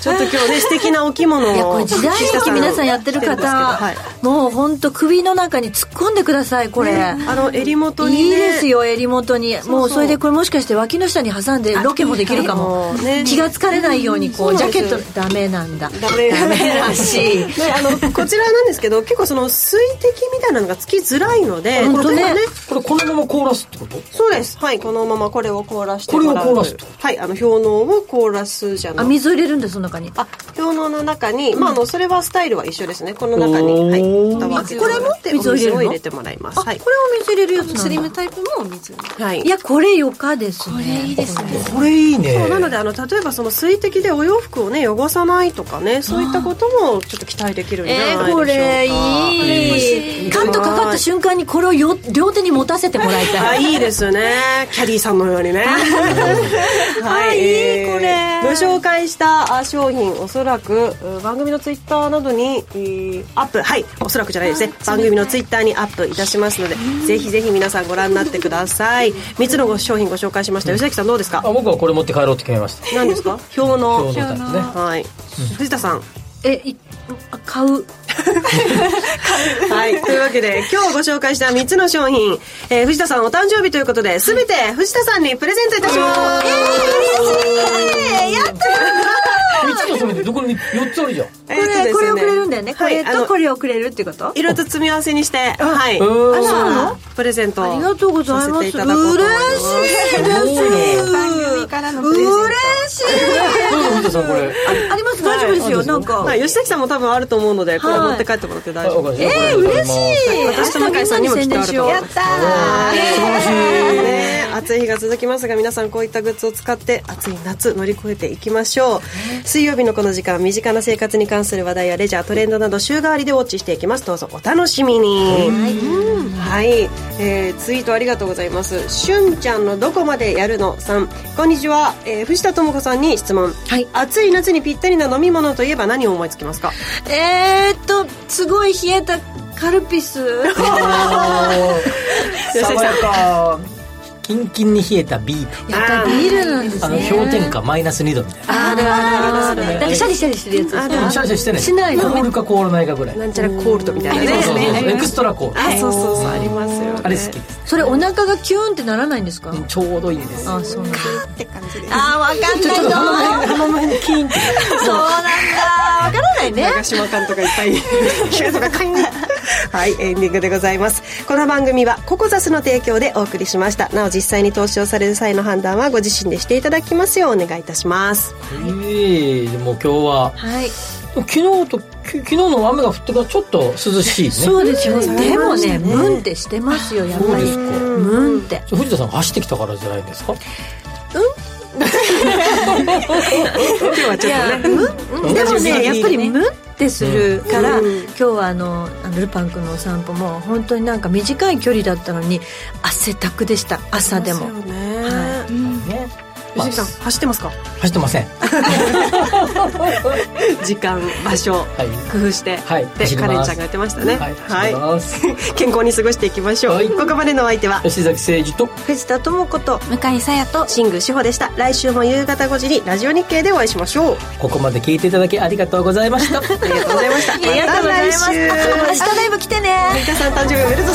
D: ちょっと今 日ね素敵なお着物を
C: いやこれ時代劇皆さんやってる
D: 着てますけど
C: 方
D: はい
C: もう本当首の中に突っ込んでくださいこれ
D: あの襟元に、ね、
C: いいですよ襟元に
D: う
C: もうそれでこれもしかして脇の下に挟んでロケもできるかも
D: あいいかもね
C: 気がつかれないようにこ
D: う
C: うんジ
D: そう
C: ャ
D: なんで
C: ケ
D: す
C: ットダメなんだ
D: ダメ
C: ダメらしい
D: ね、あのこちらなんですけど結構その水滴みたいなのがつきづらいので
C: 本当ね
D: これね
B: これこのまま凍らすってこと
D: そうですはいこのままこれを凍らしてもら
B: こ
D: う
B: れを凍らすと
D: はいあの氷のうを凍らすじゃな
C: あ
D: い
C: 水を入れるんだその中に
D: あ氷のうの中に、まあ、あのそれはスタイルは一緒ですねこの中
B: おー
D: に、はい、蓋を開けて
C: これも
D: 水
C: 水を入れる
D: を入れるの
C: の
D: 入れてもらいますはい
C: こ、れを水入れるやつ
H: スリ
C: な
H: ム
C: んだ
H: タイプもお水に
D: はい
C: いやこれよかですねこ
H: れいいですね
B: これいいね
D: そうなのであの例えばその水滴でお洋服をね汚さないとかねそういったこともちょっと期待できるんじゃない
C: え
D: でしょうか、
C: ー、これいいカットかかった瞬間にこれをよ両手に持たせてもらい
D: あ
C: たい
D: いいですねキャリーさんのよう にねはい
C: いいこれ
D: えーご紹介したあ商品おそらくう番組のツイッターなどにえーアップはいおそらくじゃないですね番組のツイッターにアップいたしますのでぜひぜひ皆さんご覧になってください3つのご商品ご紹介しました吉崎さんどうですか
B: あ僕はこれ持って帰ろうって決めました
D: 何ですか氷
B: 今
D: の
B: 日のタイプね
D: はい藤田さん
C: えいあ買う
D: はい。というわけで、今日ご紹介した3つの商品、えー藤田さんお誕生日ということで、すべて藤田さんにプレゼントいたします。えー、嬉しいやった
B: 3つのそれでどこに4つあるじゃん
C: これ,、これをくれるんだよね、これとこ
D: れ。
C: れをくれるってこと
D: いろいろと詰め合わせにして、はい。
B: うん
D: そうなのプレゼント。
C: ありがとうございます
D: させてただこうと思
C: 嬉しい
B: すごいね
H: 番組からのプレゼント
C: 嬉しい
B: どうぞ藤田さんこれ
C: あります大丈夫ですよ、なんか、
D: はい、吉崎さんも多分あると思うので、これ
C: はい
D: 持って帰ってもらって大
B: はい
D: 丈
B: わ
D: 夫
B: か
D: で
B: り
D: す。
B: ました
C: えー、嬉しい
D: 私と向井さんにもきっとあると思う
C: やった
D: ね暑い日が続きますが皆さんこういったグッズを使って暑い夏乗り越えていきましょう水曜日のこの時間身近な生活に関する話題やレジャートレンドなど週替わりでウォッチしていきますどうぞお楽しみにうんはい、えーツイートありがとうございますしゅんちゃんのどこまでやるのさんこんにちは、えー藤田智子さんに質問、
C: はい
D: 暑い夏にぴったりな飲み物といえば何を思いつきますか
C: えー、っとすごい冷えたカルピス
B: 爽やかキンキンに冷えたビール
C: やっぱりビールなんです
B: あの
C: ね
B: 氷点下マイナス2度みたいな
C: あるあるあるあるなんかシャリシャリしてるやつ
B: でもシャリシャリしてない
C: しない
B: 凍
C: の
B: るか凍らないかぐらい
D: なんちゃらコールドみたいなね
B: そうそうそうエクストラコール
D: あそうそうそうありますよね
B: あれ好きです
C: それお腹がキューンってならないんですか
B: ちょうどいいです
C: あそうなんだ
H: って感じで
C: あー分かんないの
B: 鼻の辺にキーンって
C: そうなんだ分からないね
D: 長島監督がいっぱいキューとかカイン はいエンディングでございますこの番組はココザスの提供でお送りしましたなお実際に投資をされる際の判断はご自身でしていただきますようお願いいたします
B: ええもう今日は
C: はい
B: 昨日とき昨日の雨が降ってからちょっと涼しいね
C: そうですよねでもね
D: そうですね
C: ムンってしてますよやっ
B: そう
C: ぱ
B: で
C: り
B: すか
C: ムンって
B: それ藤田さんが走ってきたからじゃないんですか
D: 今日はちょっとね
C: うんでもねやっぱりムンってするから、
D: うん
C: 今日はあのあのルパン君のお散歩も本当になんか短い距離だったのに汗だくでした朝でも
D: ね、
C: は
B: ね
D: 吉木さん走ってますか
B: 走ってま せん
D: 時間場所
B: はい
D: 工夫して、
B: はい
D: で
B: 走り
D: カ
B: ます
D: レンちゃんが言ってましたね
B: はい走ってます
D: 健康に過ごしていきましょう、
B: はい
D: ここまでのお相手は
B: 吉崎誠二と
D: 藤田智子と
H: 向井さやと
D: 新宮志保でした来週も夕方5時にラジオ日経でお会いしましょう
B: ここまで聞いていただきありがとうございました
D: ありがとうございました
C: ありがとうございます
D: また来週
C: 明日ライブ来てね
D: 皆さん誕生日おめでとう